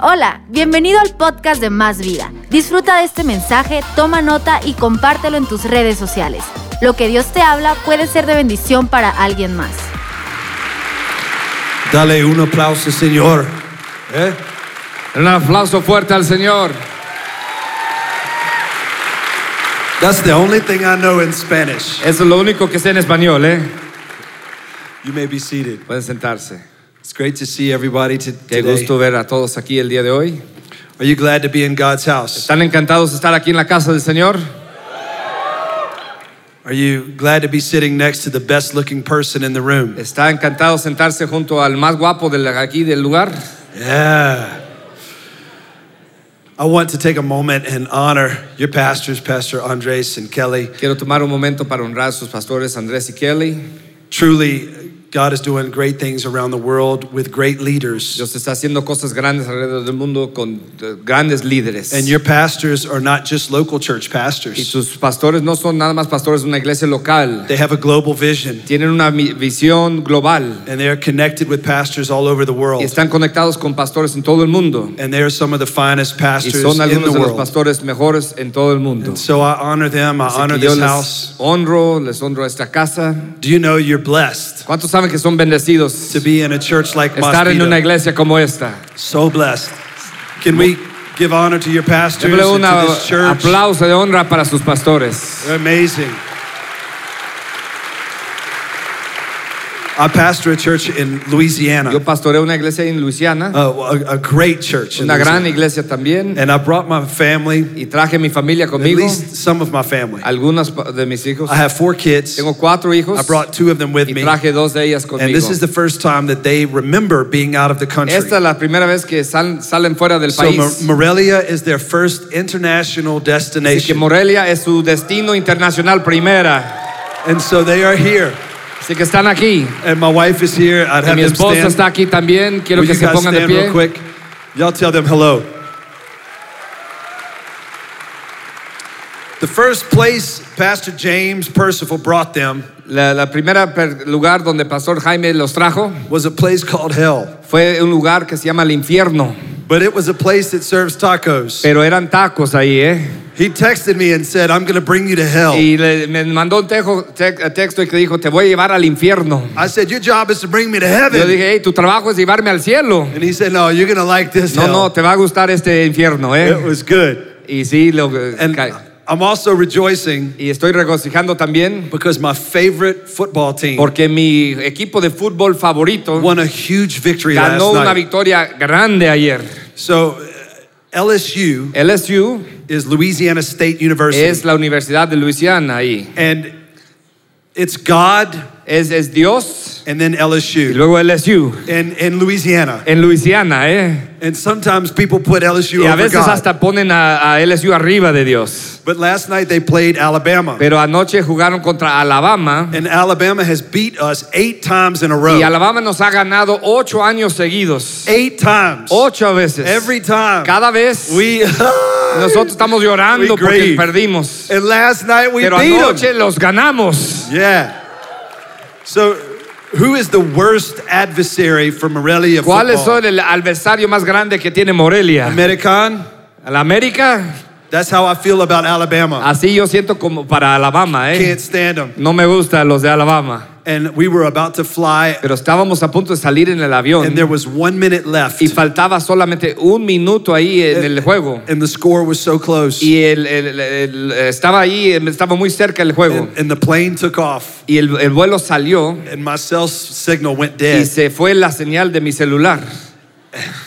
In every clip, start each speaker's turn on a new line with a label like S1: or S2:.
S1: Hola, bienvenido al podcast de Más Vida. Disfruta de este mensaje, toma nota y compártelo en tus redes sociales. Lo que Dios te habla puede ser de bendición para alguien más.
S2: Dale un aplauso, Señor. ¿Eh?
S3: Un aplauso fuerte al Señor.
S2: That's the only thing I know in Spanish.
S3: Eso es lo único que sé en español, ¿eh?
S2: You may be seated.
S3: Pueden sentarse.
S2: It's great to see everybody to-
S3: Qué
S2: today.
S3: gusto ver a todos aquí el día de hoy.
S2: Are you glad to be in God's house?
S3: ¿Están encantados de estar aquí en la casa del Señor?
S2: Are you glad to be sitting next to the best looking person in the room?
S3: ¿Está encantado sentarse junto al más guapo de la- aquí del lugar?
S2: Yeah. I want to take a moment and honor your pastors, Pastor Andres and Kelly.
S3: Quiero tomar un momento para honrar a sus pastores Andrés y Kelly.
S2: Truly, God is doing great things around the world with great leaders.
S3: Dios está haciendo cosas grandes alrededor del mundo con eh, grandes líderes.
S2: And your pastors are not just local church
S3: y
S2: pastors.
S3: sus pastores no son nada más pastores de una iglesia local.
S2: They have a global vision
S3: Tienen una mi- visión global
S2: and they are connected with pastors all over the
S3: y
S2: world.
S3: están conectados con pastores en todo el mundo.
S2: And they are some of the finest
S3: y
S2: pastors
S3: son
S2: in
S3: algunos
S2: the
S3: de los
S2: world.
S3: pastores mejores en todo el mundo.
S2: So I honor them. I
S3: Así que
S2: honor
S3: yo
S2: this
S3: les
S2: house.
S3: honro, les honro a esta casa.
S2: Do you know you're blessed
S3: ¿Cuántos saben que son bendecidos
S2: to be in a church like
S3: estar en una
S2: Mospita?
S3: iglesia como esta?
S2: So blessed. Can we give honor to your pastors
S3: Démosle
S2: and
S3: un
S2: to this church?
S3: aplauso de honra para sus pastores.
S2: They're amazing. I pastor a church in Louisiana,
S3: Yo pastoreo una iglesia en Luisiana,
S2: uh, a, a great church. in
S3: una gran
S2: Louisiana.
S3: iglesia también,
S2: And I brought my family,
S3: y traje mi familia
S2: at
S3: conmigo,
S2: least some of my family.
S3: algunos pa- de mis hijos.
S2: I have four kids.
S3: Tengo cuatro hijos
S2: I brought two of them with
S3: y
S2: me.
S3: traje dos de ellas
S2: And
S3: conmigo.
S2: this is the first time that they remember being out of the country.
S3: Esta es la primera vez que sal- salen fuera del
S2: So Mo-
S3: país.
S2: Morelia is their first international
S3: Así que
S2: destination.
S3: Morelia es su destino internacional primera.
S2: And so they are here.
S3: Así que están aquí.
S2: And my wife is here. I'd
S3: Y
S2: have
S3: mi
S2: them
S3: esposa
S2: stand.
S3: está aquí también. Quiero
S2: Will
S3: que
S2: you
S3: se
S2: guys
S3: pongan de
S2: stand real
S3: pie.
S2: quick? Y'all tell them hello. The first place Pastor James Percival brought them
S3: La, la primera per- lugar donde Pastor Jaime los trajo
S2: was a place called Hell.
S3: fue un lugar que se llama el infierno.
S2: But it was a place that serves tacos.
S3: Pero eran tacos ahí, ¿eh?
S2: He texted me and said, I'm going to bring you to hell.
S3: Y le- me mandó un tejo- te- texto y que dijo, te voy a llevar al infierno.
S2: I said, Your job is to bring me to
S3: Yo
S2: heaven.
S3: dije, hey, tu trabajo es llevarme al cielo.
S2: And he said, No, you're going to like this.
S3: No, no,
S2: hell.
S3: te va a gustar este infierno,
S2: It
S3: ¿eh?
S2: was good.
S3: Y sí, lo,
S2: And
S3: ca-
S2: I'm also rejoicing
S3: y estoy regocijando también
S2: because my favorite football team
S3: porque mi equipo de fútbol favorito
S2: won a huge victory last
S3: ganó una
S2: night.
S3: victoria grande ayer.
S2: So uh, LSU
S3: LSU
S2: is Louisiana State University,
S3: es la Universidad de Luisiana ahí.
S2: and it's God
S3: Es, es Dios
S2: and then
S3: y
S2: LSU
S3: luego LSU
S2: and in Louisiana.
S3: en Luisiana, ¿eh?
S2: And sometimes people put LSU
S3: Y a
S2: over
S3: veces
S2: Oh God.
S3: hasta ponen a, a LSU arriba de Dios.
S2: But last night they played Alabama,
S3: Pero anoche jugaron contra Alabama
S2: and Alabama has beat us eight times in a row.
S3: y Alabama nos ha ganado ocho años seguidos.
S2: Eight times.
S3: Ocho veces.
S2: Every time.
S3: Cada vez
S2: we
S3: nosotros estamos llorando
S2: We
S3: porque
S2: grieve.
S3: perdimos.
S2: And last night we
S3: Pero
S2: beat 'em.
S3: anoche
S2: them.
S3: los ganamos.
S2: Yeah. So, who is the worst adversary for Morelia
S3: ¿Cuál es
S2: football?
S3: el adversario más grande que tiene Morelia?
S2: American?
S3: ¿La América?
S2: That's how I feel about Alabama.
S3: Así yo siento como para Alabama,
S2: I
S3: ¿eh?
S2: can't stand them.
S3: No me gustan los de Alabama.
S2: And we were about to fly,
S3: Pero estábamos a punto de salir en el avión
S2: and there was one minute left,
S3: y faltaba solamente un minuto ahí en el juego.
S2: and the score was so close,
S3: Y el, el- el- estaba ahí, estaba muy cerca el juego.
S2: and, and the plane took off,
S3: Y el, el vuelo salió
S2: and my cell s- signal went
S3: y
S2: dead.
S3: se fue la señal de mi celular.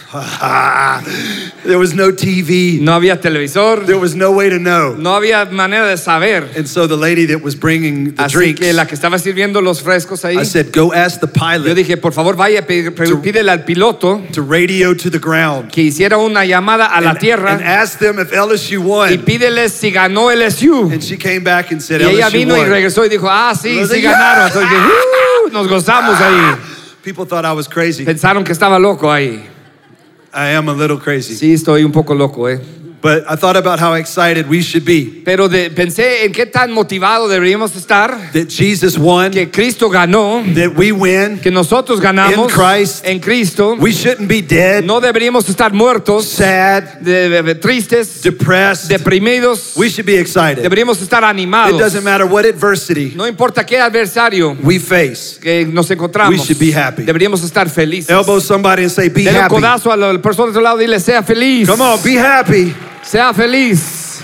S2: there was no TV.
S3: No había televisor,
S2: There was no way to know.
S3: no había manera de saber.
S2: And so the lady that was bringing the
S3: Así
S2: drinks,
S3: que la que estaba sirviendo los frescos ahí,
S2: I said, "Go ask the
S3: yo
S2: pilot
S3: dije, por favor, vaya, pe- pe- pídele al piloto
S2: to radio to the ground
S3: que hiciera una llamada a
S2: and,
S3: la
S2: and
S3: tierra
S2: ask them if LSU
S3: y
S2: won."
S3: pídeles si ganó LSU.
S2: And she came back and said,
S3: Y ella
S2: "LSU
S3: vino y
S2: won."
S3: regresó y dijo, ah, sí,
S2: Los de-
S3: sí ganaron. Entonces, dije, "Uh", nos gozamos ahí.
S2: People thought I was crazy.
S3: Pensaron que estaba loco ahí.
S2: I am a little crazy.
S3: Sí, estoy un poco loco, ¿eh?
S2: But I thought about how excited we should be
S3: Pero de- pensé en qué tan motivado deberíamos estar,
S2: that Jesus won,
S3: que Cristo ganó,
S2: that we win.
S3: que nosotros ganamos
S2: In Christ.
S3: en Cristo.
S2: We shouldn't be dead,
S3: No deberíamos estar muertos,
S2: sad,
S3: de- de- de- tristes,
S2: depressed.
S3: deprimidos.
S2: We should be excited.
S3: Deberíamos estar
S2: It
S3: animados.
S2: doesn't matter what adversity
S3: No importa qué adversario
S2: we face.
S3: que nos
S2: We
S3: encontramos,
S2: should be happy.
S3: deberíamos estar felices.
S2: Elbow somebody and say, Be
S3: Dele un
S2: happy.
S3: codazo a la persona de tu lado y dile, sea feliz.
S2: Come on, be happy.
S3: Sea feliz.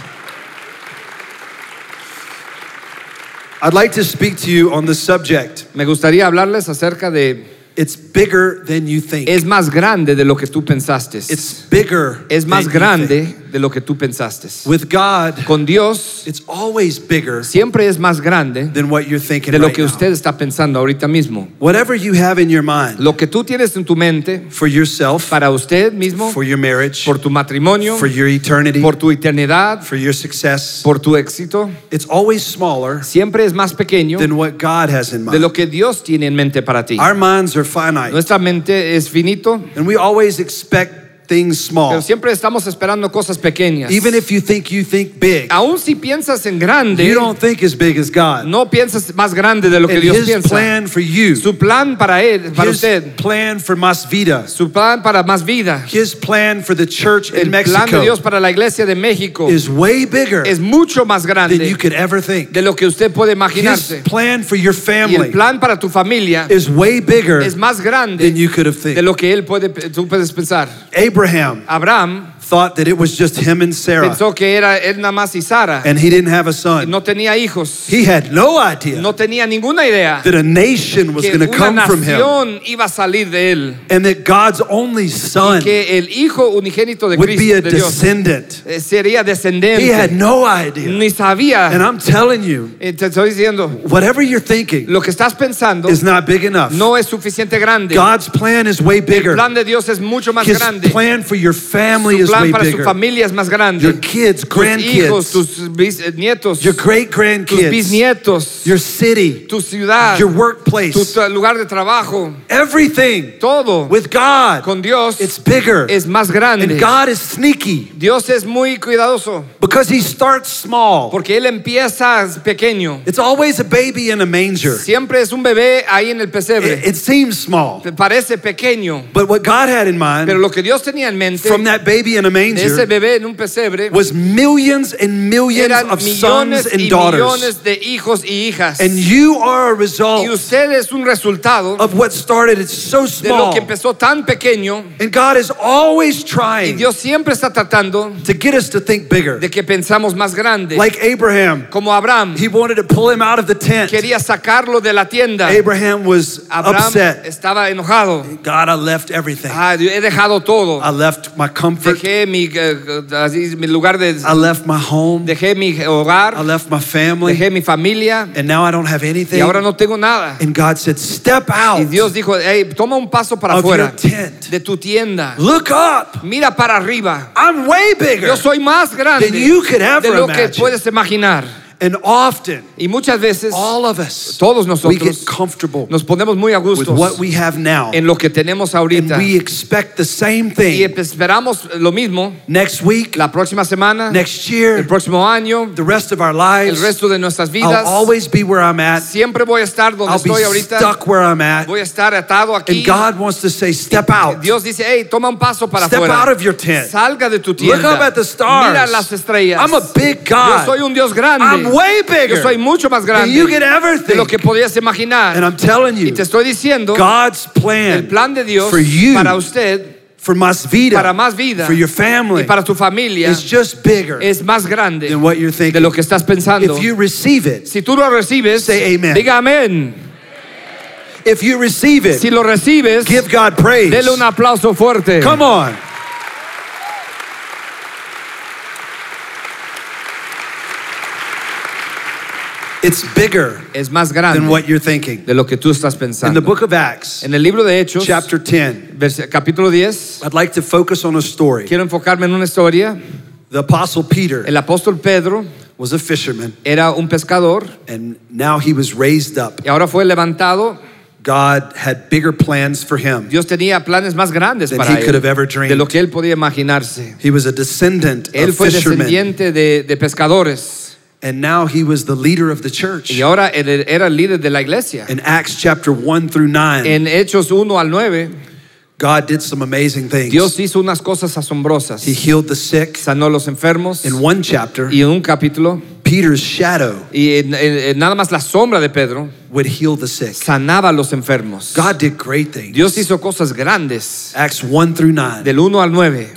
S2: I'd like to speak to you on the subject.
S3: Me gustaría hablarles acerca de,
S2: It's bigger than you think.
S3: es más grande de lo que tú pensaste.
S2: It's bigger.
S3: es
S2: than
S3: más
S2: you
S3: grande
S2: think.
S3: de lo que tú pensaste.
S2: With God,
S3: Con Dios
S2: it's always bigger
S3: siempre es más grande
S2: than what you're thinking
S3: de lo
S2: right
S3: que
S2: now.
S3: usted está pensando ahorita mismo.
S2: Whatever you have in your mind
S3: Lo que tú tienes en tu mente
S2: for yourself,
S3: para usted mismo,
S2: for your marriage,
S3: por tu matrimonio,
S2: for your eternity,
S3: por tu eternidad,
S2: for your success,
S3: por tu éxito,
S2: it's always smaller
S3: siempre es más pequeño
S2: than what God has in
S3: de
S2: mind.
S3: lo que Dios tiene en mente para ti.
S2: Our minds are finite,
S3: Nuestra mente es finito,
S2: and we always expect things
S3: pero
S2: small.
S3: siempre estamos esperando cosas pequeñas.
S2: Even if you think you think big,
S3: Aún si piensas
S2: you
S3: en grande,
S2: don't think as big as God.
S3: no piensas más grande de lo que
S2: And
S3: Dios
S2: His
S3: piensa.
S2: plan for you,
S3: Su plan para él, para
S2: His
S3: usted,
S2: plan for Masvida,
S3: su plan para más vida,
S2: His plan for the church in
S3: el plan de Dios
S2: Mexico
S3: para la iglesia de México
S2: is way bigger
S3: es mucho más
S2: than you
S3: grande
S2: could ever think.
S3: de lo que usted puede
S2: His
S3: imaginarse.
S2: plan for your
S3: Y el
S2: family
S3: plan para tu familia
S2: is way bigger
S3: es más
S2: than
S3: grande
S2: you could have
S3: de
S2: think.
S3: lo que él puede, tú puedes pensar.
S2: Abraham
S3: Abraham
S2: thought that it was just him and Sarah,
S3: pensó que era él nada más y Sara.
S2: and he didn't have a son.
S3: No tenía hijos.
S2: He had no idea
S3: No tenía ninguna idea
S2: that a nation was
S3: que
S2: going to
S3: una
S2: come from him,
S3: nación iba a salir de él.
S2: and that God's only son
S3: Que el hijo unigénito de
S2: would be
S3: Cristo,
S2: a
S3: de Dios,
S2: descendant.
S3: eh, sería
S2: He had
S3: descendente.
S2: no idea.
S3: Ni
S2: And
S3: sabía.
S2: I'm telling you,
S3: Eh, Te estoy diciendo,
S2: whatever you're thinking
S3: lo que estás pensando
S2: is not big enough.
S3: no es suficiente grande. El
S2: God's plan is way bigger.
S3: plan de Dios es mucho más
S2: His
S3: grande.
S2: plan for your family
S3: Su
S2: is
S3: plan
S2: way
S3: para su
S2: bigger.
S3: familia es más
S2: Your
S3: grande.
S2: kids,
S3: Tus hijos,
S2: grandkids,
S3: tus bis- eh, nietos,
S2: your great
S3: tus
S2: grandkids,
S3: bisnietos,
S2: your city,
S3: tu ciudad,
S2: your
S3: tu
S2: workplace,
S3: tu lugar de trabajo,
S2: everything
S3: todo
S2: with God,
S3: con Dios
S2: it's bigger.
S3: es más grande.
S2: And God is sneaky
S3: Dios es muy cuidadoso
S2: because He starts small.
S3: porque Él empieza pequeño.
S2: It's always a baby in a manger.
S3: Siempre es un bebé ahí en el
S2: It,
S3: pesebre.
S2: it seems small,
S3: Te Parece pequeño,
S2: but what God had in
S3: pero
S2: mind
S3: lo que Dios tenía en mente
S2: from that baby in a
S3: de ese
S2: manger
S3: bebé en un pesebre
S2: was millions and millions
S3: eran
S2: of sons
S3: millones
S2: and
S3: y
S2: daughters.
S3: millones de hijos y hijas.
S2: And you are a
S3: Y
S2: result
S3: usted es un resultado
S2: of what started. It's so
S3: de lo
S2: small.
S3: que empezó tan pequeño
S2: And God is always
S3: y
S2: trying
S3: Dios siempre está tratando
S2: to get us to think bigger.
S3: de que pensamos más grande.
S2: Like Abraham,
S3: Como Abraham
S2: he wanted to pull him out of the tent.
S3: quería sacarlo de la tienda.
S2: Abraham was
S3: Abraham
S2: upset.
S3: estaba enojado.
S2: God, I left everything.
S3: Ah, Dios, he dejado todo.
S2: I left my comfort.
S3: Dejé mi, eh, así, mi lugar de...
S2: I left my home.
S3: Dejé mi
S2: I
S3: hogar.
S2: left my family.
S3: Dejé mi familia.
S2: And now I don't have
S3: Y
S2: anything.
S3: ahora no tengo nada.
S2: And God said, Step
S3: Y
S2: out.
S3: Dios dijo, "Hey, toma un paso para
S2: Of your
S3: afuera
S2: tent.
S3: de tu tienda.
S2: Look up.
S3: Mira para arriba.
S2: I'm way bigger.
S3: Yo soy más grande
S2: Than you could ever
S3: de lo que
S2: imagine.
S3: puedes imaginar.
S2: And often,
S3: Y muchas veces
S2: all of us,
S3: todos
S2: we get
S3: nosotros
S2: comfortable
S3: nos ponemos muy a
S2: with
S3: gusto
S2: what we have now.
S3: en lo que tenemos
S2: And
S3: ahorita.
S2: we expect the same
S3: Y
S2: thing
S3: esperamos lo mismo
S2: next week,
S3: la próxima semana,
S2: next
S3: el
S2: year,
S3: próximo año,
S2: the rest of our
S3: el
S2: lives.
S3: resto de nuestras vidas.
S2: I'll always be where I'm at.
S3: Siempre voy a estar donde
S2: I'll be
S3: estoy ahorita.
S2: stuck where I'm at.
S3: Voy a estar atado aquí.
S2: And God wants to say, Step out.
S3: Dios dice, hey, toma un paso para
S2: Step
S3: afuera.
S2: out of your tent.
S3: Salga de tu tienda.
S2: Look up at the stars.
S3: Mira las estrellas.
S2: I'm a big
S3: Yo
S2: God.
S3: soy un Dios grande.
S2: I'm way bigger
S3: Yo soy mucho más
S2: than
S3: grande
S2: you could ever
S3: de lo que
S2: think.
S3: podías imaginar.
S2: And I'm telling
S3: y
S2: you,
S3: te estoy diciendo,
S2: God's plan,
S3: el plan de Dios
S2: for you,
S3: para usted,
S2: for más vida,
S3: para más vida
S2: for your family,
S3: y para tu familia
S2: is just bigger
S3: es más grande
S2: than what you're
S3: de
S2: thinking.
S3: lo que estás pensando.
S2: If you receive it,
S3: si tú lo recibes,
S2: Say amen.
S3: diga amén.
S2: if you receive it,
S3: Si lo recibes,
S2: give God praise.
S3: dele un aplauso fuerte.
S2: Come on. It's bigger
S3: Es más grande
S2: than what you're thinking.
S3: de lo que tú estás
S2: In the
S3: pensando.
S2: book of Acts,
S3: En el libro de Hechos,
S2: chapter 10,
S3: vers- capítulo 10,
S2: I'd like to focus on a story.
S3: quiero enfocarme en una historia.
S2: The apostle Peter
S3: El apóstol Pedro
S2: was a fisherman
S3: era un pescador
S2: and now he was raised up.
S3: y ahora fue levantado
S2: God had bigger plans for him.
S3: Dios tenía planes más grandes
S2: Than
S3: para
S2: he could
S3: él
S2: have ever dreamed.
S3: de lo que él podía imaginarse.
S2: He was a descendant
S3: Él
S2: of
S3: fue
S2: fishermen,
S3: descendiente de, de pescadores
S2: and now he was the leader of the church.
S3: y ahora él era el líder de la iglesia.
S2: In Acts chapter 1 through 9,
S3: En Hechos 1 al 9,
S2: God did some amazing things.
S3: Dios hizo unas cosas asombrosas.
S2: he healed the sick.
S3: Sanó a los enfermos
S2: In one chapter,
S3: y en un capítulo.
S2: Peter's shadow
S3: Y en- en- en nada más la sombra de Pedro
S2: would heal the sick.
S3: sanaba a los enfermos.
S2: God did great things.
S3: Dios hizo cosas grandes.
S2: Acts 1 through 9.
S3: Del 1 al 9.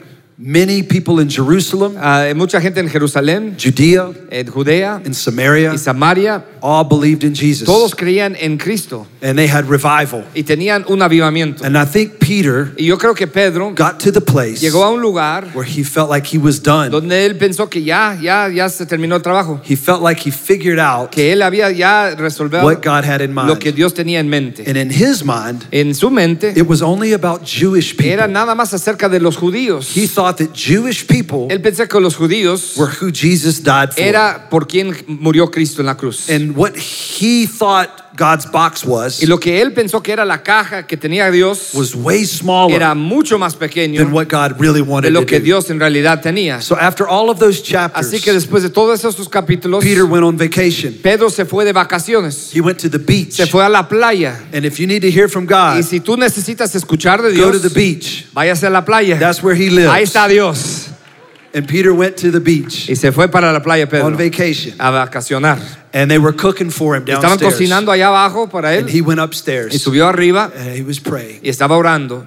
S2: Many people in Jerusalem,
S3: Ah, hay mucha gente en Jerusalén,
S2: Judea,
S3: en Judea
S2: and Samaria
S3: y Samaria,
S2: all believed in Jesus.
S3: todos creían en Cristo
S2: And they had revival.
S3: y tenían un avivamiento.
S2: And I think Peter
S3: Y yo creo que Pedro
S2: got to the place
S3: llegó a un lugar
S2: where he felt like he was done.
S3: donde él pensó que ya, ya, ya se terminó el trabajo,
S2: He felt like he figured out
S3: que él había ya resolvido
S2: what God had in
S3: lo que
S2: mind.
S3: Dios tenía en mente.
S2: And in his mind,
S3: En su mente
S2: it was only about Jewish
S3: era
S2: people.
S3: nada más acerca de los judíos.
S2: He thought that Jewish people
S3: Él pensó que los judíos
S2: were who Jesus died for.
S3: era por quien murió Cristo en la cruz.
S2: And what he thought God's box
S3: Y
S2: was
S3: lo que él pensó que era la caja que tenía Dios
S2: was way smaller
S3: era mucho más
S2: than
S3: pequeño
S2: what God really wanted
S3: de lo
S2: to
S3: que
S2: do.
S3: Dios en realidad tenía.
S2: So after all of those
S3: Así que
S2: chapters,
S3: después de todos esos capítulos,
S2: Peter went on vacation.
S3: Pedro se fue de vacaciones,
S2: He went to the beach.
S3: se fue a la playa.
S2: And if you need to hear from God,
S3: Y si tú necesitas escuchar de
S2: Ah. go to the
S3: Dios,
S2: beach.
S3: váyase a la playa.
S2: That's where he
S3: Ahí
S2: lives.
S3: está Dios.
S2: And Peter went to the beach
S3: Y se fue para la playa
S2: on
S3: Pedro
S2: vacation.
S3: a vacacionar.
S2: And they were cooking for him
S3: Estaban
S2: downstairs.
S3: cocinando allá abajo para
S2: And
S3: él
S2: he went
S3: y
S2: upstairs
S3: subió arriba
S2: and he was praying.
S3: y estaba orando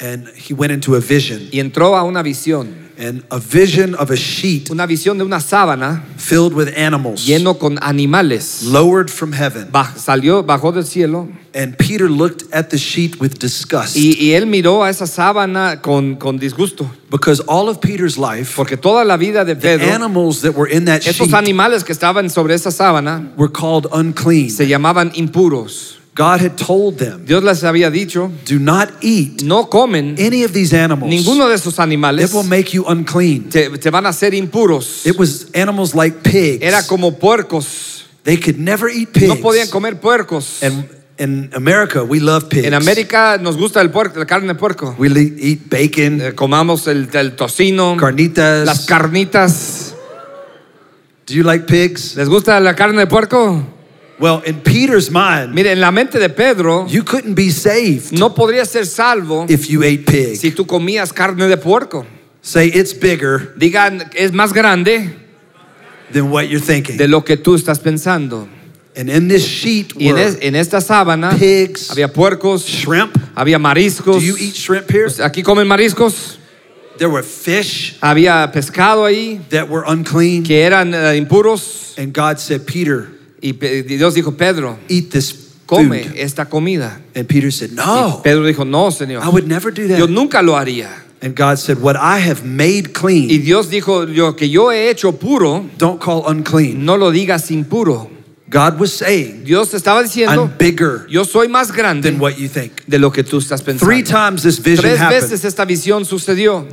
S2: And he went into a vision.
S3: y entró a una visión,
S2: And a vision of a sheet
S3: una visión de una sábana
S2: filled with animals
S3: lleno con animales.
S2: lowered from heaven.
S3: Baj- salió, bajó del cielo
S2: And Peter looked at the sheet with disgust
S3: y, y él miró a esa sábana con, con disgusto,
S2: because all of Peter's life,
S3: porque toda la vida de Pedro,
S2: animals that were in that
S3: esos
S2: sheet
S3: animales que estaban sobre esa sábana
S2: were called unclean.
S3: se llamaban impuros.
S2: God had told them,
S3: Dios les había dicho,
S2: do not eat
S3: no comen
S2: any of these animals.
S3: ninguno de esos
S2: It
S3: animales,
S2: will make you unclean.
S3: te, te van a hacer impuros.
S2: It was animals like pigs.
S3: Era como puercos,
S2: They could never eat pigs.
S3: no podían comer puercos.
S2: And in America, we love pigs.
S3: En América nos gusta el puerco, la carne de puerco.
S2: we le- eat bacon,
S3: Eh, comamos el, el tocino,
S2: carnitas.
S3: las carnitas.
S2: Do you like pigs?
S3: ¿Les gusta la carne de puerco?
S2: Well, in Peter's mind,
S3: Mire, en la mente de Pedro
S2: you couldn't be saved
S3: no podría ser salvo
S2: if you ate pig.
S3: si tú comías carne de puerco.
S2: Say it's bigger
S3: Digan, es más grande
S2: than what you're thinking.
S3: de lo que tú estás pensando.
S2: and in this sheet
S3: Y en,
S2: were
S3: es- en esta sábana
S2: pigs,
S3: había puercos,
S2: shrimp.
S3: había mariscos. Pues,
S2: Do you eat shrimp here?
S3: Aquí comen mariscos.
S2: There were fish
S3: Había pescado ahí
S2: that were unclean.
S3: que eran eh, impuros.
S2: And God said, Peter,
S3: Y Pe- y Dios dijo, Pedro,
S2: eat this
S3: come
S2: food.
S3: esta comida.
S2: And Peter said,
S3: Y
S2: No,
S3: Pedro dijo, no, Señor.
S2: I would never do that.
S3: Yo nunca lo haría.
S2: And God said, What I have made
S3: Y
S2: clean,
S3: Dios dijo, lo que yo he hecho puro,
S2: don't call unclean.
S3: no lo digas impuro.
S2: God was saying,
S3: Dios estaba diciendo,
S2: I'm bigger
S3: yo soy más grande
S2: than what you think.
S3: de lo que tú estás pensando.
S2: Three times this vision
S3: Tres
S2: happened.
S3: veces esta visión sucedió.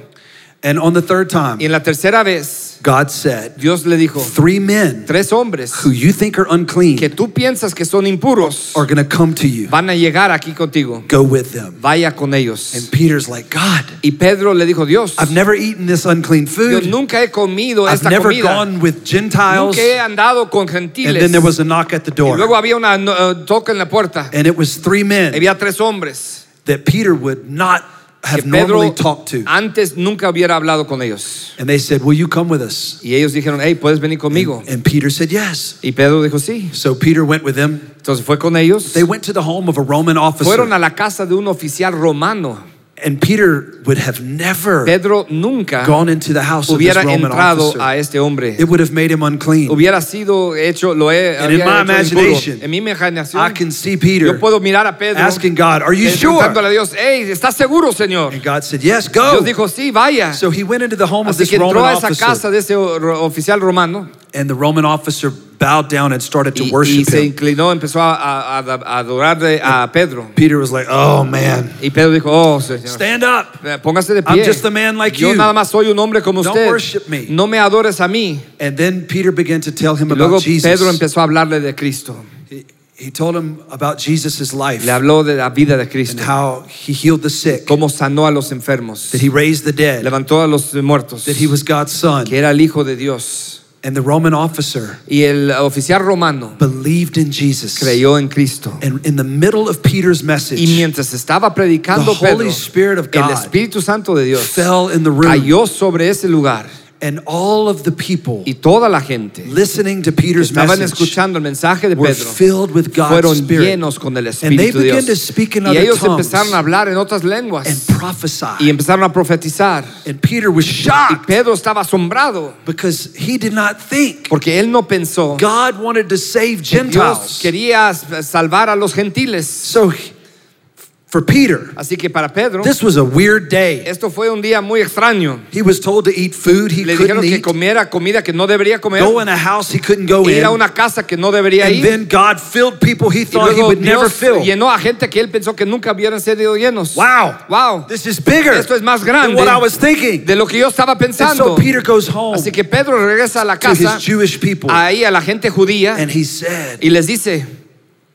S2: And on the third time,
S3: Y en la tercera vez,
S2: God said,
S3: Dios le dijo,
S2: Three men
S3: tres hombres
S2: who you think are
S3: que
S2: unclean
S3: tú piensas que son impuros
S2: are going to come to you.
S3: van a llegar aquí contigo.
S2: Go with them.
S3: Vaya con
S2: And
S3: ellos.
S2: Peter's like, God,
S3: Y Pedro le dijo, Dios,
S2: I've never eaten this unclean
S3: yo
S2: food.
S3: nunca he comido
S2: I've
S3: esta
S2: never
S3: comida.
S2: gone with Gentiles.
S3: Nunca he
S2: And
S3: andado con gentiles.
S2: then there was a knock at the
S3: Y luego
S2: door.
S3: había una eh, toque en la puerta.
S2: And it was three men
S3: Había tres hombres
S2: that Peter would not
S3: que
S2: have normally
S3: Pedro
S2: talked to.
S3: antes nunca hubiera hablado con ellos.
S2: And they said, Will you come with us?
S3: Y ellos dijeron, hey, ¿puedes venir conmigo?
S2: And Peter said, Yes.
S3: Y Pedro dijo, sí.
S2: So Peter went with them.
S3: Entonces fue con ellos.
S2: They went to the home of a Roman
S3: Fueron a
S2: officer.
S3: la casa de un oficial romano.
S2: And Peter would have never
S3: Pedro nunca
S2: gone into the house of this
S3: hubiera
S2: Roman
S3: entrado a
S2: officer.
S3: este hombre.
S2: It would have made him unclean.
S3: Hubiera sido hecho, lo he
S2: And in
S3: había
S2: my
S3: hecho impuro.
S2: imagination,
S3: En mi
S2: I
S3: imaginación,
S2: can see
S3: yo
S2: Peter
S3: puedo mirar a Pedro
S2: asking God, Are you
S3: eh, preguntándole a
S2: sure?
S3: Dios, hey, ¿estás seguro, Señor?
S2: And God said, Yes,
S3: Dios
S2: go.
S3: dijo, sí, vaya.
S2: So he went into the home of
S3: Así
S2: this
S3: que entró
S2: Roman
S3: a esa casa
S2: officer.
S3: de ese o- ro- oficial romano
S2: And the Roman officer bowed down and started to
S3: y, y
S2: worship
S3: se
S2: him.
S3: inclinó, empezó a, a- a- a adorar de- a Pedro.
S2: Peter was like, Oh, man,
S3: Y Pedro dijo, oh, Señor,
S2: stand up.
S3: eh, póngase de
S2: I'm
S3: pie.
S2: just a man like
S3: Yo
S2: you.
S3: nada más soy un hombre como
S2: Don't
S3: usted.
S2: worship me."
S3: No me adores a mí.
S2: And then Peter began to tell him
S3: Y luego
S2: about
S3: Pedro
S2: Jesus.
S3: empezó a hablarle de Cristo.
S2: he told him about Jesus' life
S3: Le habló de la vida de
S2: and
S3: Cristo,
S2: how he healed the sick,
S3: cómo sanó a los enfermos,
S2: that he raised the dead,
S3: levantó a los muertos,
S2: that he was God's son.
S3: que era el Hijo de Dios.
S2: And the Roman officer
S3: Y el oficial romano
S2: believed in Jesus.
S3: creyó en Cristo.
S2: And in the middle of Peter's
S3: Y
S2: message,
S3: mientras estaba predicando
S2: The Holy
S3: Pedro,
S2: Spirit of
S3: el
S2: God
S3: Espíritu Santo de Dios
S2: fell in the room,
S3: cayó sobre ese lugar
S2: and all of the people
S3: y toda la gente
S2: listening to
S3: que
S2: Peter's
S3: estaban
S2: message
S3: escuchando el mensaje de
S2: were
S3: Pedro
S2: filled with God's
S3: fueron
S2: Spirit
S3: llenos con el
S2: And they
S3: Espíritu de
S2: began to
S3: Dios
S2: speak in
S3: y
S2: other
S3: ellos
S2: tongues
S3: empezaron a hablar en otras
S2: and
S3: lenguas y
S2: prophesied.
S3: empezaron a profetizar
S2: And Peter was
S3: y
S2: shocked
S3: Pedro estaba asombrado
S2: because he did not think
S3: porque él no pensó que
S2: God wanted to save
S3: Dios
S2: Gentiles.
S3: quería salvar a los gentiles
S2: So he- for Peter,
S3: así que para Pedro
S2: this was a weird day.
S3: esto fue un día muy extraño
S2: He was told to eat food he
S3: le dijeron
S2: couldn't
S3: que
S2: eat,
S3: comiera comida que no debería comer
S2: go in a house he couldn't go
S3: ir a
S2: in,
S3: una casa que no debería
S2: and
S3: ir
S2: then God filled people he
S3: Y
S2: thought he
S3: luego
S2: would never
S3: Dios
S2: fill.
S3: llenó a gente que él pensó que nunca hubieran sido llenos.
S2: Wow.
S3: Wow.
S2: This is bigger
S3: Esto es más
S2: than
S3: grande
S2: what I was thinking.
S3: De lo que yo estaba
S2: And so
S3: pensando.
S2: Peter goes home
S3: Así que Pedro regresa a la
S2: to
S3: casa,
S2: his Jewish people
S3: ahí a la gente judía,
S2: and he said,
S3: y les dice,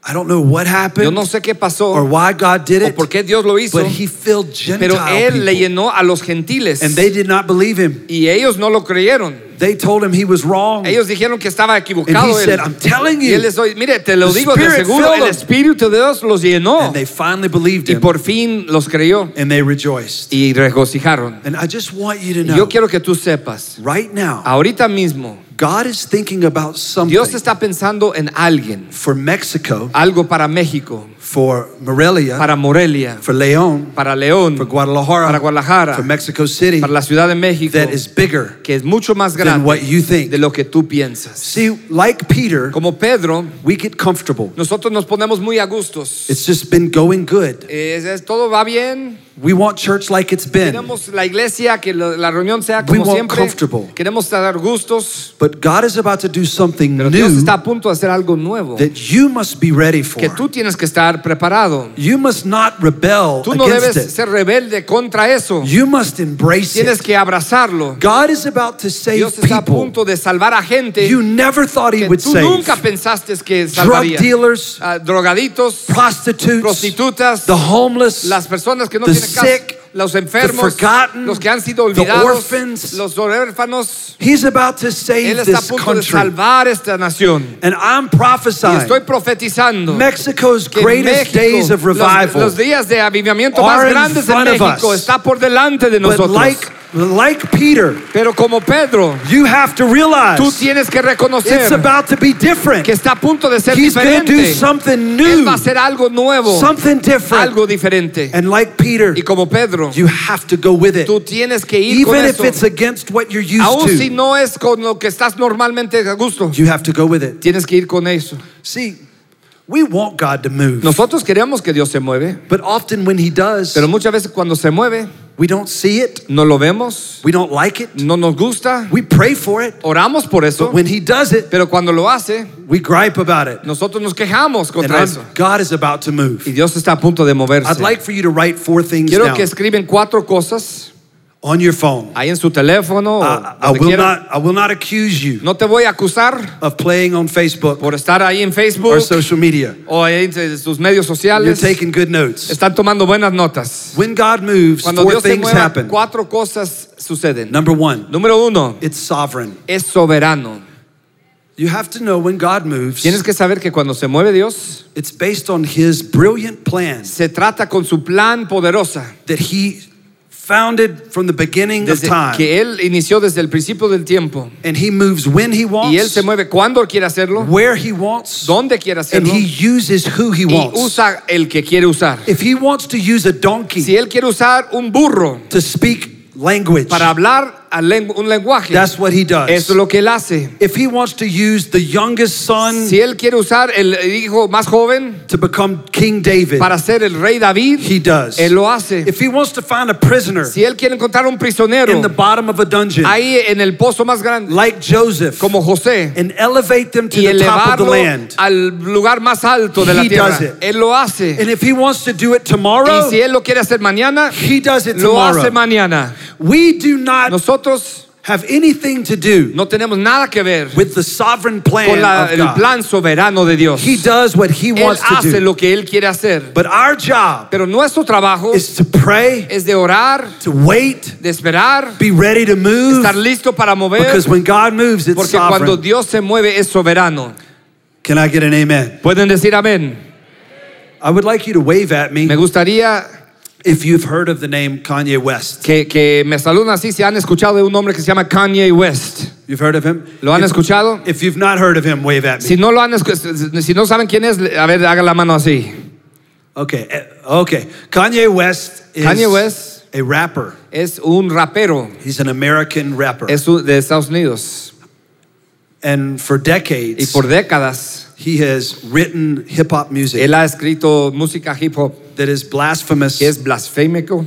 S2: I don't know what
S3: yo
S2: happened
S3: no sé qué
S2: or
S3: pasó
S2: why God did
S3: o
S2: it,
S3: por qué Dios lo hizo,
S2: but he filled
S3: pero
S2: Gentile
S3: él le
S2: people.
S3: llenó a los gentiles.
S2: And they did not believe him.
S3: Y ellos no lo creyeron.
S2: They told him he was wrong.
S3: Ellos dijeron que estaba
S2: and he
S3: equivocado. él.
S2: said, I'm telling
S3: y
S2: you.
S3: él les oye, mire, te lo
S2: The
S3: digo de
S2: Spirit
S3: seguro,
S2: filled
S3: el
S2: them.
S3: Espíritu de Dios los llenó.
S2: And they finally believed
S3: Y
S2: him
S3: por fin los creyó
S2: and they rejoiced.
S3: y regocijaron.
S2: And I just want you to
S3: Y Yo
S2: know
S3: quiero que tú sepas,
S2: right now,
S3: ahorita mismo,
S2: God is thinking about something
S3: Dios está pensando en alguien,
S2: for Mexico,
S3: algo para México,
S2: for Morelia,
S3: para Morelia,
S2: for León,
S3: para León,
S2: for Guadalajara,
S3: para Guadalajara,
S2: for Mexico City
S3: para la Ciudad de México,
S2: that is bigger
S3: que es mucho más
S2: than what
S3: grande
S2: you think.
S3: de lo que tú piensas.
S2: See, like Peter,
S3: Como Pedro,
S2: we get comfortable.
S3: nosotros nos ponemos muy a gustos.
S2: It's just been going good.
S3: Es- es- todo va bien.
S2: We want church like it's been.
S3: Queremos la iglesia, que lo- la reunión sea
S2: We
S3: como
S2: want
S3: siempre.
S2: comfortable.
S3: Queremos dar gustos.
S2: But God is about to do something
S3: Pero Dios
S2: new
S3: está a punto de hacer algo nuevo
S2: that you must be ready for.
S3: que tú tienes que estar preparado.
S2: You must not rebel
S3: Tú no debes
S2: against it.
S3: ser rebelde contra eso.
S2: You must embrace
S3: Tienes
S2: it.
S3: que abrazarlo.
S2: God is about to save
S3: Dios está a
S2: people
S3: punto de salvar a gente
S2: you never thought He
S3: que
S2: would
S3: tú
S2: save.
S3: nunca pensaste que
S2: Drug
S3: salvaría.
S2: dealers,
S3: Ah, drogaditos,
S2: prostitutes,
S3: prostitutas,
S2: the homeless,
S3: las personas que no
S2: the
S3: tienen casa,
S2: sick,
S3: los enfermos,
S2: the forgotten,
S3: los que han sido
S2: the
S3: olvidados,
S2: orphans.
S3: los huérfanos.
S2: He's about to save
S3: Él está a
S2: this
S3: punto de
S2: country.
S3: salvar esta nación.
S2: And I'm
S3: Y
S2: prophesying
S3: estoy profetizando
S2: Mexico's
S3: que
S2: greatest
S3: México,
S2: days of
S3: los-
S2: revival.
S3: los, días de avivamiento más
S2: are in
S3: grandes de
S2: front of
S3: México
S2: us.
S3: está por delante de
S2: But
S3: nosotros.
S2: like, like Peter,
S3: Pero como Pedro,
S2: you have to
S3: tú
S2: realize
S3: tienes que
S2: it's
S3: reconocer
S2: about to be different.
S3: que está a punto de ser
S2: He's going to do
S3: diferente.
S2: something
S3: Él va
S2: new,
S3: a hacer algo nuevo,
S2: something different.
S3: algo diferente.
S2: And like Peter,
S3: Y como Pedro,
S2: you have to go with it.
S3: tú tienes que ir con
S2: Even if
S3: eso.
S2: it's against what you're used
S3: Aún si
S2: to,
S3: no es con lo que estás normalmente a gusto,
S2: you have to go with it.
S3: tienes que ir con eso.
S2: See, we want God to move.
S3: Nosotros queremos que Dios se mueve,
S2: But often when He does,
S3: pero muchas veces cuando se mueve,
S2: we don't see it,
S3: no lo vemos,
S2: we don't like it,
S3: no nos gusta,
S2: we pray for it.
S3: oramos por eso,
S2: But when He does it,
S3: pero cuando lo hace,
S2: we gripe about it.
S3: nosotros nos quejamos
S2: And
S3: contra
S2: I'm-
S3: eso.
S2: God is about to move.
S3: Y Dios está a punto de moverse.
S2: I'd like for you to write four things
S3: Quiero
S2: down
S3: que escriben cuatro cosas
S2: on your phone.
S3: ahí en su teléfono. o
S2: I, I
S3: donde
S2: will
S3: quieran.
S2: not I will not accuse you
S3: No te voy a acusar
S2: of playing on Facebook
S3: por estar ahí en Facebook
S2: or social media.
S3: o en sus medios
S2: You're
S3: sociales.
S2: taking good notes.
S3: Están tomando buenas notas.
S2: When God moves,
S3: Cuando
S2: four
S3: Dios se
S2: things
S3: mueve,
S2: happen.
S3: cuatro cosas suceden.
S2: Number one,
S3: Número uno,
S2: it's sovereign.
S3: es soberano.
S2: You have to know when God moves,
S3: Tienes que saber que cuando se mueve Dios,
S2: it's based on His brilliant plan
S3: se trata con su plan poderosa.
S2: that He founded from the beginning of
S3: Desde
S2: time.
S3: que Él inició desde el principio del tiempo.
S2: And He moves when He
S3: Y Él
S2: wants,
S3: se mueve cuando quiere hacerlo,
S2: where He wants,
S3: dónde quiere
S2: and
S3: hacerlo
S2: He uses who He
S3: y
S2: wants.
S3: usa el que quiere usar.
S2: If He wants to use a donkey
S3: Si Él quiere usar un burro
S2: to speak language,
S3: para hablar a lengu- un lenguaje,
S2: that's what He does.
S3: eso es lo que Él hace.
S2: If he wants to use the youngest son
S3: Si él quiere usar el hijo más joven
S2: to become King David,
S3: para ser el rey David,
S2: he does.
S3: él lo hace.
S2: If he wants to find a prisoner
S3: Si él quiere encontrar un prisionero
S2: in the bottom of a dungeon,
S3: ahí en el pozo más grande,
S2: like Joseph,
S3: como José,
S2: and elevate them to
S3: y
S2: the top of the
S3: elevarlo
S2: land,
S3: al lugar más alto de la
S2: He does
S3: tierra,
S2: it.
S3: él lo hace.
S2: and if he wants to do it tomorrow,
S3: Y si él lo quiere hacer mañana,
S2: he does it
S3: lo hace
S2: tomorrow.
S3: mañana.
S2: We do not
S3: Nosotros
S2: have anything to do
S3: No tenemos nada que ver
S2: with the sovereign
S3: con
S2: plan
S3: la-
S2: of
S3: el
S2: God.
S3: plan soberano de Dios.
S2: He does what he
S3: Él
S2: wants to
S3: hace
S2: do.
S3: lo que Él quiere hacer.
S2: But our job
S3: Pero nuestro trabajo
S2: is to pray,
S3: es de orar,
S2: to wait,
S3: de esperar,
S2: be ready to move.
S3: estar listo para mover,
S2: Because when God moves, it's
S3: porque cuando
S2: sovereign.
S3: Dios se mueve es soberano.
S2: Can I get an amen?
S3: Pueden decir amén.
S2: I would like you to wave at
S3: Me
S2: me
S3: gustaría
S2: if you've heard of the name Kanye West.
S3: que, que me saluden así si han escuchado de un hombre que se llama Kanye West.
S2: You've heard of him?
S3: ¿Lo han
S2: If-
S3: escuchado?
S2: If you've not heard of him, wave at
S3: Si
S2: me.
S3: no lo han escu- si no saben quién es, a ver, hagan la mano así.
S2: Okay, eh, okay. Kanye West is
S3: Kanye West.
S2: a rapper.
S3: Es un rapero,
S2: He's an American rapper.
S3: es un- de Estados Unidos
S2: And for
S3: y
S2: decades,
S3: por décadas
S2: he has written hip hop music
S3: él ha escrito música hip hop
S2: that is blasphemous,
S3: que es blasfémico,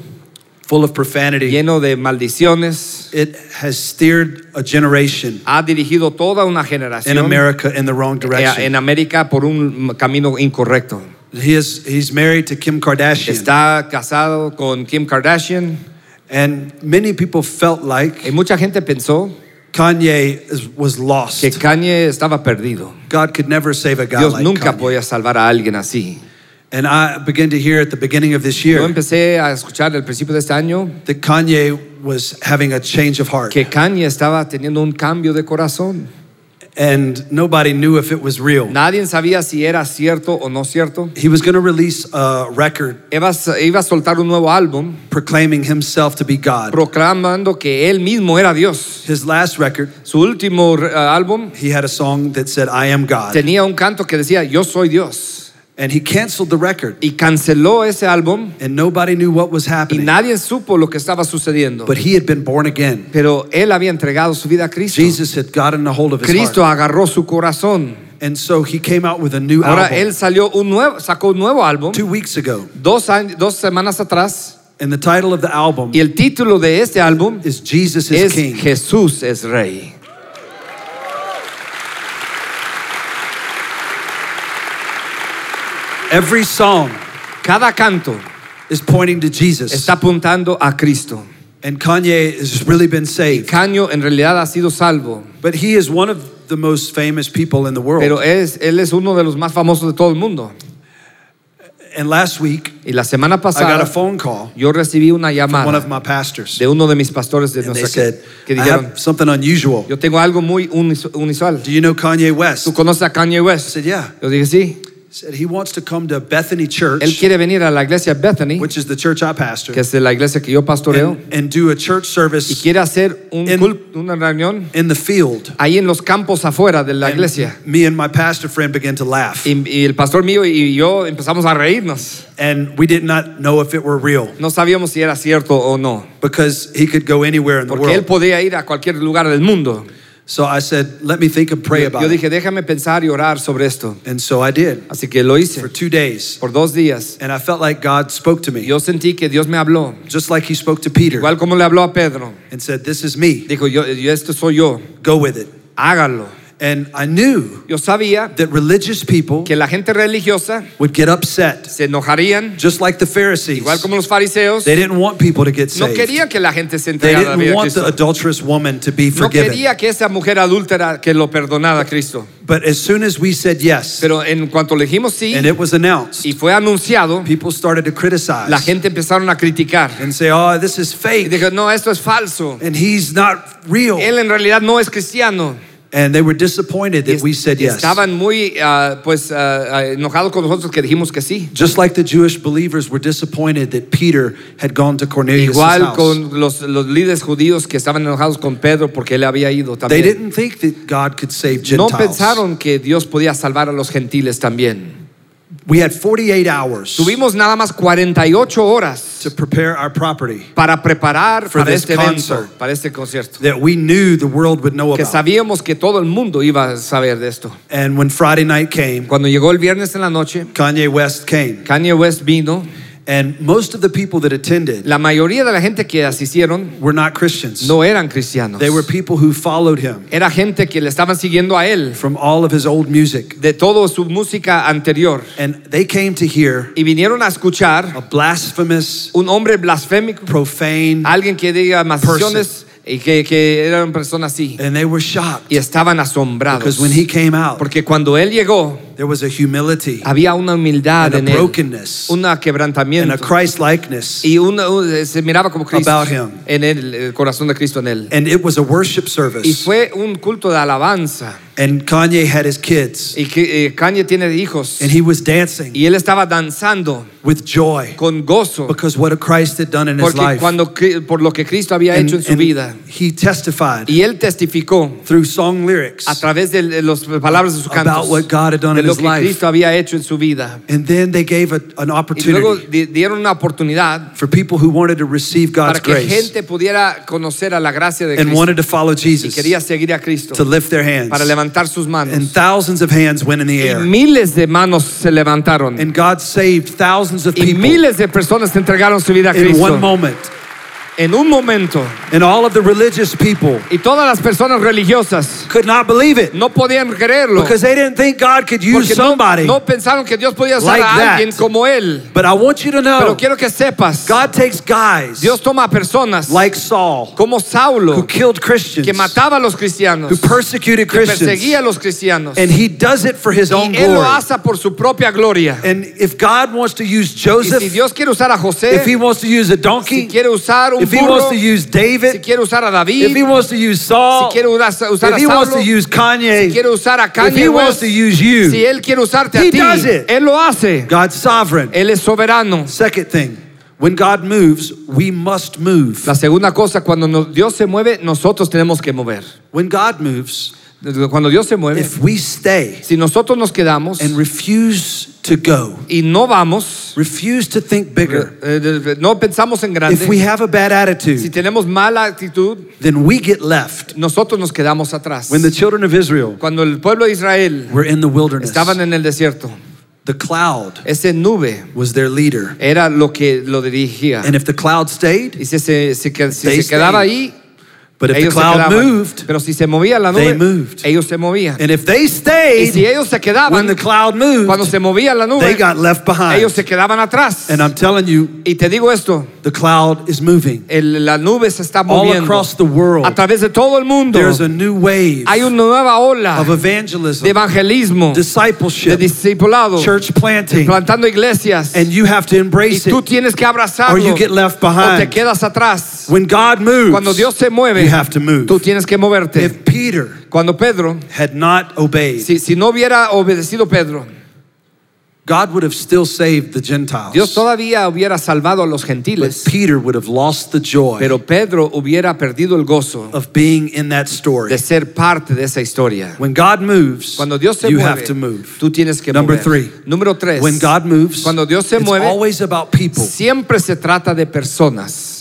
S2: full of profanity.
S3: lleno de maldiciones,
S2: It has steered a generation
S3: ha dirigido toda una
S2: in
S3: generación
S2: America in the wrong
S3: eh, en
S2: direction.
S3: América por un camino incorrecto.
S2: He is, he's married to Kim Kardashian.
S3: Está casado con Kim Kardashian
S2: And many people felt
S3: y
S2: like
S3: mucha gente pensó
S2: Kanye is, was lost.
S3: que Kanye estaba perdido.
S2: God could never save a guy
S3: Dios
S2: like
S3: nunca
S2: Kanye.
S3: podía salvar a alguien así.
S2: And I began to hear at the beginning of this
S3: Yo
S2: year
S3: empecé a escuchar al principio de este año
S2: that Kanye was having a change of heart.
S3: que Kanye estaba teniendo un cambio de corazón.
S2: And nobody knew if it was real.
S3: Nadie sabía si era cierto o no cierto.
S2: He was going to release a record
S3: Iba a sa- iba a soltar un nuevo álbum
S2: proclaiming himself to be God.
S3: proclamando que él mismo era Dios.
S2: His last record,
S3: Su último eh, álbum
S2: he had a song that said, I am God.
S3: tenía un canto que decía Yo soy Dios
S2: And he canceled the record.
S3: y canceló ese álbum
S2: And nobody knew what was
S3: y
S2: happening.
S3: nadie supo lo que estaba sucediendo.
S2: But he had been born again.
S3: Pero él había entregado su vida a Cristo.
S2: Jesus had gotten a hold of his
S3: Cristo
S2: heart.
S3: agarró su corazón.
S2: And so he came out with a new
S3: Ahora
S2: album
S3: él salió un nuevo, sacó un nuevo álbum
S2: two weeks ago.
S3: dos, años- dos semanas atrás
S2: And the title of the album
S3: y el título de este álbum
S2: is Jesus is
S3: es
S2: King.
S3: Jesús es Rey.
S2: Every song
S3: Cada canto
S2: is pointing to Jesus.
S3: está apuntando a Cristo.
S2: And Kanye has really been saved.
S3: Caño en realidad ha sido salvo,
S2: But he is one of the most famous people in the world.
S3: pero es, él es uno de los más famosos de todo el mundo.
S2: And last week,
S3: Y la semana
S2: I got a
S3: pasada
S2: phone call
S3: yo recibí una
S2: from one of
S3: llamada
S2: my pastors.
S3: de uno de mis pastores de
S2: And they
S3: nuestra
S2: said,
S3: que, que
S2: I
S3: dijeron,
S2: have something unusual.
S3: yo tengo algo muy unis- unusual.
S2: Do you know Kanye West?
S3: ¿Tú
S2: I
S3: conoces a Kanye West?
S2: said, yeah.
S3: Yo dije, sí.
S2: He said, he wants to come to Bethany
S3: Él
S2: Church,
S3: quiere venir a la iglesia Bethany,
S2: which is the church I
S3: que
S2: pastor,
S3: es de la iglesia que yo pastoreo,
S2: and, and do a church
S3: y
S2: service
S3: quiere hacer un
S2: En-
S3: cult- una reunión
S2: in the field.
S3: ahí en los campos afuera de la iglesia.
S2: Me and my pastor friend began to laugh.
S3: Y, y el pastor mío y yo empezamos a reírnos.
S2: And we did not know if it were real
S3: No sabíamos si era cierto o no,
S2: because he could go anywhere in the
S3: porque él
S2: world.
S3: podía ir a cualquier lugar del mundo.
S2: So I said, let me think and pray
S3: Yo,
S2: about
S3: yo
S2: it.
S3: dije, déjame pensar y orar sobre esto.
S2: And so I did
S3: Así que lo
S2: for
S3: hice
S2: two days.
S3: por dos días.
S2: And I felt like God spoke to me,
S3: Yo sentí que Dios me habló,
S2: just like He spoke to Peter
S3: igual como le habló a Pedro.
S2: and said, This is me,
S3: Dijo, yo, yo esto soy yo,
S2: go with it.
S3: hágalo.
S2: And I knew
S3: Yo sabía
S2: that religious people
S3: que la gente religiosa
S2: would get upset,
S3: se enojarían,
S2: just like the Pharisees.
S3: igual como los fariseos.
S2: They didn't want people to get
S3: No
S2: saved,
S3: querían que la gente se
S2: they
S3: entregara a la vida
S2: didn't
S3: de
S2: want the
S3: Cristo.
S2: adulterous woman to be
S3: No
S2: forgiven.
S3: quería que esa mujer adúltera que lo perdonara a Cristo.
S2: But as soon as we said yes,
S3: Pero en cuanto le dijimos sí
S2: and it was announced,
S3: y fue anunciado,
S2: people started to
S3: la
S2: criticize
S3: gente empezaron a criticar.
S2: and say, Oh, this is
S3: Y
S2: fake,
S3: dijo, no, esto es falso.
S2: and he's not real.
S3: Él en realidad no es cristiano.
S2: And they were disappointed that we said
S3: Y
S2: yes.
S3: Estaban muy ah, pues ah, ah, enojados con nosotros que dijimos que sí.
S2: Just like the Jewish believers were disappointed that Peter had gone to Cornelius'
S3: Igual
S2: house.
S3: con los, los líderes judíos que estaban enojados con Pedro porque él había ido
S2: they
S3: también.
S2: didn't think that God could save
S3: No
S2: Gentiles.
S3: pensaron que Dios podía salvar a los gentiles también.
S2: We had 48 hours
S3: Tuvimos nada más 48 horas
S2: to prepare our property
S3: para preparar
S2: For
S3: para
S2: this
S3: este evento,
S2: concert.
S3: para este concierto.
S2: that we knew the world would know
S3: Que
S2: about.
S3: sabíamos que todo el mundo iba a saber de esto.
S2: And when Friday night came,
S3: Cuando llegó el viernes en la noche,
S2: Kanye West came.
S3: Kanye West vino.
S2: And most of the people that attended
S3: La mayoría de la gente que asistieron
S2: were not Christians.
S3: no eran cristianos.
S2: They were people who followed him
S3: Era gente que le estaban siguiendo a él
S2: from all of his old music.
S3: de toda su música anterior.
S2: And they came to hear
S3: Y vinieron a escuchar
S2: a blasphemous,
S3: un hombre blasfémico,
S2: profane,
S3: alguien que diga maldiciones, y que, que eran personas así
S2: And they were shocked
S3: y estaban asombrados.
S2: because when he came out,
S3: Porque cuando él llegó,
S2: there was a humility
S3: había una
S2: and
S3: humildad
S2: a
S3: en él,
S2: brokenness
S3: Ah, un
S2: and a
S3: quebrantamiento
S2: Christ likeness.
S3: y una- un- se miraba como Cristo
S2: About him.
S3: en él, el corazón de Cristo en él.
S2: And it was a worship
S3: Y
S2: service.
S3: fue un culto de alabanza.
S2: And Kanye had his kids.
S3: Y que eh, Kanye tiene hijos.
S2: And he was dancing
S3: Y él estaba danzando
S2: with joy
S3: con gozo.
S2: because what a Christ had done in his
S3: Porque
S2: life.
S3: cuando, cri- por lo que Cristo había
S2: And-
S3: hecho en su
S2: and
S3: vida.
S2: he testified
S3: Y él testificó
S2: through song lyrics.
S3: a través de las palabras de sus
S2: About
S3: cantos
S2: what God had done
S3: de
S2: in
S3: lo
S2: his
S3: que
S2: life.
S3: Cristo había hecho en su vida.
S2: And then they gave a, an
S3: Y luego
S2: opportunity
S3: di- dieron una oportunidad
S2: for people who wanted to receive God's
S3: para que
S2: grace
S3: gente pudiera conocer a la gracia de
S2: and
S3: Cristo
S2: wanted to follow
S3: y
S2: Jesus
S3: quería seguir a Cristo
S2: to lift their hands.
S3: para levantar sus
S2: And
S3: manos.
S2: thousands of hands went in the
S3: Y
S2: air.
S3: miles de manos se levantaron
S2: And God saved thousands of
S3: y
S2: people
S3: miles de personas entregaron su vida a
S2: in one
S3: Cristo
S2: moment.
S3: en un momento.
S2: And all of the religious people
S3: Y todas las personas religiosas
S2: could not believe it
S3: no podían creerlo
S2: because they didn't think God could use
S3: porque no,
S2: somebody.
S3: no pensaron que Dios podía usar
S2: like that.
S3: a alguien como él.
S2: But I want you to
S3: Pero
S2: know
S3: quiero que sepas,
S2: God takes guys
S3: Dios toma a personas
S2: like Saul
S3: como Saulo
S2: who killed Christians,
S3: que mataba a los cristianos,
S2: who persecuted
S3: que perseguía a
S2: Christians,
S3: los cristianos.
S2: and he does it for his own
S3: y él lo
S2: glory.
S3: hace por su propia gloria.
S2: And if God wants to use
S3: Y si
S2: Joseph,
S3: Dios quiere usar a
S2: if he
S3: José,
S2: wants to use a
S3: si
S2: donkey,
S3: quiere usar un
S2: if he wants
S3: burro,
S2: to use
S3: si
S2: David,
S3: quiere usar a
S2: if
S3: David,
S2: he wants to use Saul,
S3: si quiere usar usar
S2: if
S3: a
S2: he wants
S3: Saulo,
S2: to use Kanye,
S3: quiere usar a
S2: if he
S3: Kanye
S2: wants
S3: West,
S2: to use you,
S3: si él quiere usarte a
S2: He
S3: ti,
S2: does it.
S3: él lo hace.
S2: God's sovereign.
S3: Él es soberano.
S2: Second thing, when God moves, we must move.
S3: La segunda cosa, cuando nos- Dios se mueve, nosotros tenemos que mover.
S2: When God moves,
S3: Cuando Dios se mueve,
S2: if we stay
S3: si nosotros nos quedamos
S2: and refuse to go,
S3: y no vamos,
S2: refuse to think bigger,
S3: eh, eh, no pensamos en grande,
S2: if we have a bad
S3: si
S2: attitude,
S3: tenemos mala actitud,
S2: then we get left.
S3: nosotros nos quedamos atrás.
S2: When the children of Israel
S3: Cuando el pueblo de Israel
S2: were in the wilderness,
S3: estaban en el desierto,
S2: the cloud
S3: ese nube
S2: was their leader.
S3: era lo que lo dirigía.
S2: And if the cloud stayed,
S3: Y si se, se que- si
S2: They
S3: se quedaba
S2: stayed.
S3: ahí,
S2: but if the
S3: ellos se
S2: cloud
S3: quedaban.
S2: moved,
S3: Pero si se movía la
S2: they
S3: nube,
S2: moved.
S3: ellos se movían.
S2: and if they
S3: Y si
S2: stayed,
S3: ellos se
S2: when
S3: quedaban,
S2: the cloud
S3: cuando
S2: moved,
S3: se movía la
S2: they
S3: nube,
S2: got left behind.
S3: ellos se quedaban atrás.
S2: And I'm telling you,
S3: Y te digo esto,
S2: the cloud is moving.
S3: el- la nube se está
S2: All
S3: moviendo
S2: across the world,
S3: a través de todo el mundo.
S2: there's a new wave
S3: Hay una nueva
S2: of
S3: ola de
S2: evangelism,
S3: evangelismo, de
S2: discipleship,
S3: discipulado,
S2: church planting,
S3: plantando iglesias.
S2: and you have to
S3: Y
S2: embrace
S3: tú
S2: it.
S3: tienes que abrazarlo.
S2: or you get left
S3: O
S2: behind.
S3: te quedas atrás.
S2: When God moves,
S3: Cuando Dios se mueve,
S2: you have to move.
S3: tú tienes que moverte.
S2: If Peter
S3: Cuando Pedro,
S2: had not obeyed,
S3: si, si no hubiera obedecido Pedro,
S2: God would have still saved the Gentiles.
S3: Dios todavía hubiera salvado a los
S2: but
S3: gentiles.
S2: Peter would have lost the joy
S3: Pero Pedro hubiera perdido el gozo
S2: of being in that story.
S3: de ser parte de esa historia.
S2: when God moves,
S3: Cuando Dios se
S2: you
S3: mueve,
S2: have to move.
S3: tú tienes que
S2: Number
S3: mover.
S2: three.
S3: Número tres.
S2: When God moves,
S3: Cuando Dios se
S2: it's
S3: mueve,
S2: always about people.
S3: siempre se trata de personas.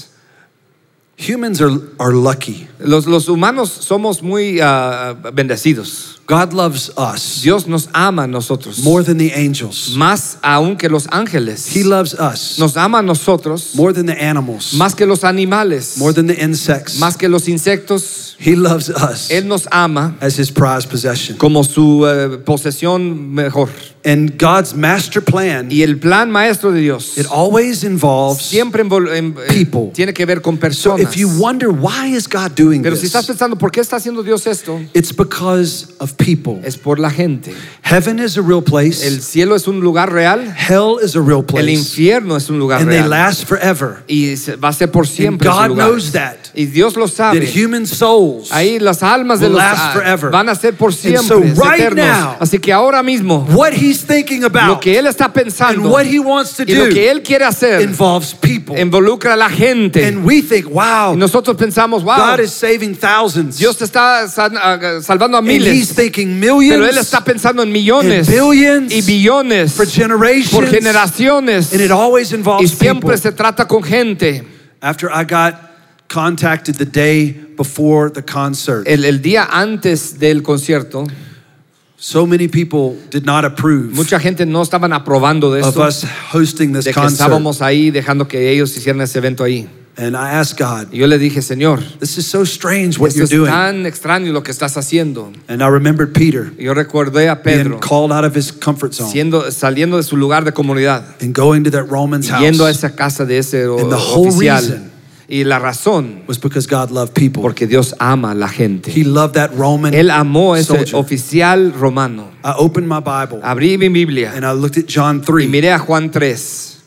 S2: Humans are, are lucky.
S3: Los, los humanos somos muy ah, bendecidos.
S2: God loves us
S3: Dios nos ama a nosotros.
S2: more than the angels.
S3: más aún que los ángeles.
S2: He loves us
S3: Nos ama a nosotros
S2: more than the animals,
S3: más que los animales,
S2: more than the insects.
S3: más que los insectos.
S2: He loves us
S3: Él nos ama
S2: as his prized possession.
S3: como su eh, posesión mejor.
S2: And God's master plan,
S3: Y el plan maestro de Dios
S2: it always involves.
S3: siempre envol- en- eh,
S2: People.
S3: tiene que ver con
S2: So
S3: personas.
S2: if you wonder why is God doing
S3: Pero si estás
S2: this,
S3: pensando por qué está haciendo Dios esto,
S2: it's because of people.
S3: es por la gente.
S2: Heaven is a real
S3: El
S2: place.
S3: cielo es un lugar real,
S2: Hell is a real
S3: el
S2: place.
S3: infierno es un lugar
S2: Pues, And they
S3: real.
S2: last forever.
S3: Y se- va a ser por siempre.
S2: God
S3: ese lugar.
S2: knows that.
S3: Y Dios lo
S2: That
S3: sabe.
S2: human souls
S3: Ahí las almas de
S2: will
S3: los
S2: last
S3: ah,
S2: forever.
S3: van a ser por
S2: And
S3: siempre,
S2: so right
S3: eternos.
S2: now,
S3: Así que ahora mismo,
S2: what he's thinking
S3: lo
S2: about
S3: que él está
S2: and
S3: pensando
S2: what he wants to
S3: y lo que
S2: do
S3: él quiere hacer
S2: involves people.
S3: involucra a la gente.
S2: And we think,
S3: y
S2: wow,
S3: nosotros pensamos, wow,
S2: God is saving thousands.
S3: Dios está san- ah, salvando a
S2: And he's
S3: miles,
S2: thinking
S3: pero él
S2: millions
S3: está pensando en
S2: and
S3: millones
S2: billions
S3: y billones
S2: for generations.
S3: por generaciones.
S2: And it always
S3: y
S2: involves people.
S3: siempre se trata con gente.
S2: After I got contacted the day before the concert,
S3: El, el día antes del concierto,
S2: so many people did not approve
S3: mucha gente no estaban aprobando de
S2: of
S3: esto.
S2: us hosting this
S3: de que
S2: concert.
S3: estábamos ahí dejando que ellos hicieran ese evento ahí.
S2: And I asked God,
S3: Y yo le dije, Señor,
S2: this is so strange what
S3: esto
S2: you're
S3: es
S2: doing.
S3: tan extraño lo que estás haciendo.
S2: And I remembered Peter
S3: Y yo recordé a Pedro
S2: being called out of his comfort zone
S3: siendo, saliendo de su lugar de comunidad,
S2: and going to that Romans
S3: yendo a
S2: house.
S3: esa casa de ese o-
S2: And the whole
S3: oficial.
S2: reason
S3: Y la razón,
S2: was because God loved people.
S3: porque Dios ama a la
S2: He
S3: gente.
S2: loved that Roman
S3: Él amó a ese
S2: soldier.
S3: oficial romano.
S2: I opened my Bible
S3: Abrí mi Biblia
S2: and I looked at John
S3: y
S2: 3.
S3: miré a Juan 3.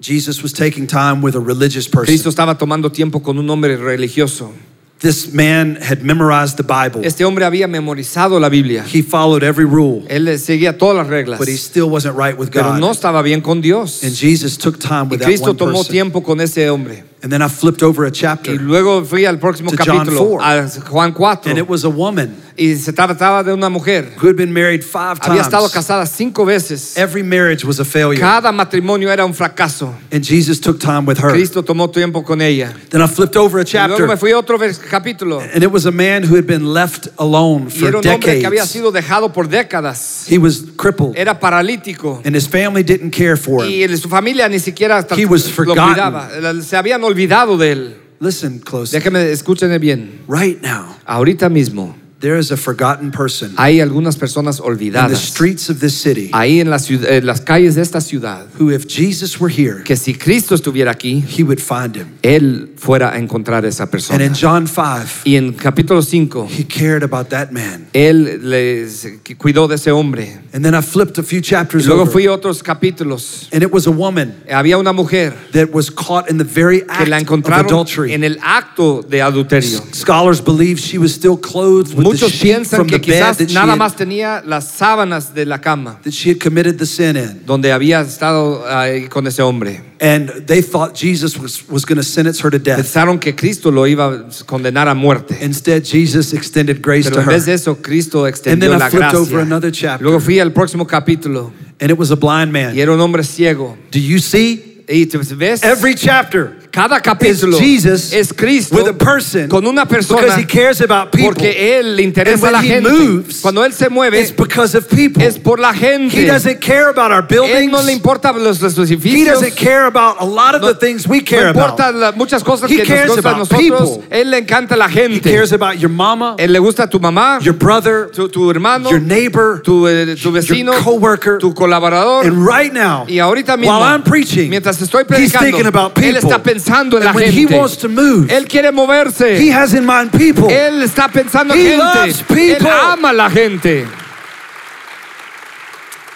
S2: Jesus was taking time with a religious person.
S3: Cristo estaba tomando tiempo con un hombre religioso.
S2: This man had memorized the Bible.
S3: Este hombre había memorizado la Biblia.
S2: He followed every rule,
S3: Él seguía todas las reglas,
S2: but he still wasn't right with
S3: pero
S2: God.
S3: no estaba bien con Dios.
S2: And Jesus took time
S3: Y
S2: with that
S3: Cristo
S2: one
S3: tomó
S2: person.
S3: tiempo con ese hombre.
S2: And then I flipped over a
S3: Y
S2: chapter,
S3: luego fui al próximo
S2: To John
S3: capítulo,
S2: 4.
S3: a Juan
S2: and it
S3: 4,
S2: was a woman
S3: y se trataba de una mujer.
S2: who had been married five
S3: Había estado
S2: times.
S3: casada cinco veces.
S2: Every marriage was a failure,
S3: Cada matrimonio era un fracaso.
S2: and Jesus took time with her.
S3: Cristo tomó tiempo con ella.
S2: Then I flipped over a
S3: Y luego
S2: chapter,
S3: me fui a otro vers- capítulo.
S2: and it was a man who had been left alone
S3: Y
S2: for
S3: era un hombre que había
S2: decades.
S3: sido dejado por décadas.
S2: He was crippled,
S3: Era paralítico.
S2: and his family didn't care for him.
S3: Y el- su familia ni siquiera hasta
S2: He
S3: lo
S2: was forgotten.
S3: cuidaba. Se habían olvidado de él.
S2: Listen closely.
S3: Déjeme, escúchenme bien.
S2: Right now,
S3: Ahorita mismo
S2: there is a forgotten person
S3: hay algunas personas
S2: in the
S3: olvidadas
S2: streets of this city
S3: ahí en, la ciudad- en las calles de esta ciudad
S2: who, if Jesus were here,
S3: que si Cristo estuviera aquí,
S2: he would find him.
S3: Él fuera a encontrar a esa
S2: And in
S3: persona.
S2: John 5,
S3: Y en capítulo 5,
S2: he cared about that man.
S3: Él les cuidó de ese hombre.
S2: And then I flipped a few
S3: Y
S2: chapters
S3: luego
S2: over,
S3: fui a otros capítulos.
S2: and it was a woman
S3: Había una mujer
S2: that was caught in the very
S3: que
S2: act
S3: la
S2: of
S3: encontraron
S2: adultery.
S3: en el acto de adulterio.
S2: Scholars believe she was still clothed with the
S3: Muchos
S2: sheet
S3: piensan
S2: from
S3: que
S2: the bed
S3: quizás
S2: that she,
S3: nada
S2: had,
S3: más tenía las sábanas de la cama
S2: that she had committed the sin in.
S3: donde había estado ahí con ese hombre.
S2: And they thought Jesus was, was going to sentence her to death.
S3: Pensaron que Cristo lo iba a condenar a muerte.
S2: Instead, Jesus extended grace
S3: Pero
S2: to
S3: en
S2: her.
S3: vez de eso, Cristo
S2: And
S3: extendió
S2: then I
S3: la
S2: flipped over another
S3: gracia.
S2: chapter.
S3: Luego fui al próximo capítulo
S2: And it was a blind man.
S3: y era un hombre ciego.
S2: Do you see?
S3: Y te- ves,
S2: Every chapter
S3: cada capítulo
S2: is Jesus
S3: es Cristo
S2: with a person
S3: con una
S2: because
S3: persona
S2: he cares about people.
S3: porque Él le
S2: And
S3: interesa a
S2: when
S3: la
S2: he
S3: gente.
S2: moves,
S3: Cuando Él se
S2: It's
S3: mueve,
S2: because of people.
S3: es por la
S2: He
S3: gente.
S2: doesn't care about our
S3: Él
S2: buildings.
S3: no le importa los, los
S2: he
S3: edificios.
S2: doesn't care about a lot of
S3: No-
S2: the things we
S3: No
S2: care
S3: importa
S2: about.
S3: la- muchas cosas
S2: He
S3: que
S2: cares
S3: nos gustan a
S2: about
S3: nosotros.
S2: people.
S3: Él le encanta a la
S2: He
S3: gente.
S2: cares about your mama,
S3: Él le gusta a tu mamá,
S2: your brother,
S3: tu, tu hermano,
S2: your neighbor,
S3: tu, eh, tu vecino,
S2: your coworker.
S3: tu colaborador.
S2: and right now,
S3: y ahorita mismo,
S2: while I'm preaching,
S3: mientras estoy
S2: he's
S3: predicando,
S2: thinking about people.
S3: él está pensando en
S2: and
S3: la
S2: when
S3: gente.
S2: he wants to move,
S3: él quiere moverse.
S2: he has in mind people.
S3: él está pensando en
S2: He loves
S3: gente. Él
S2: people.
S3: ama a la gente.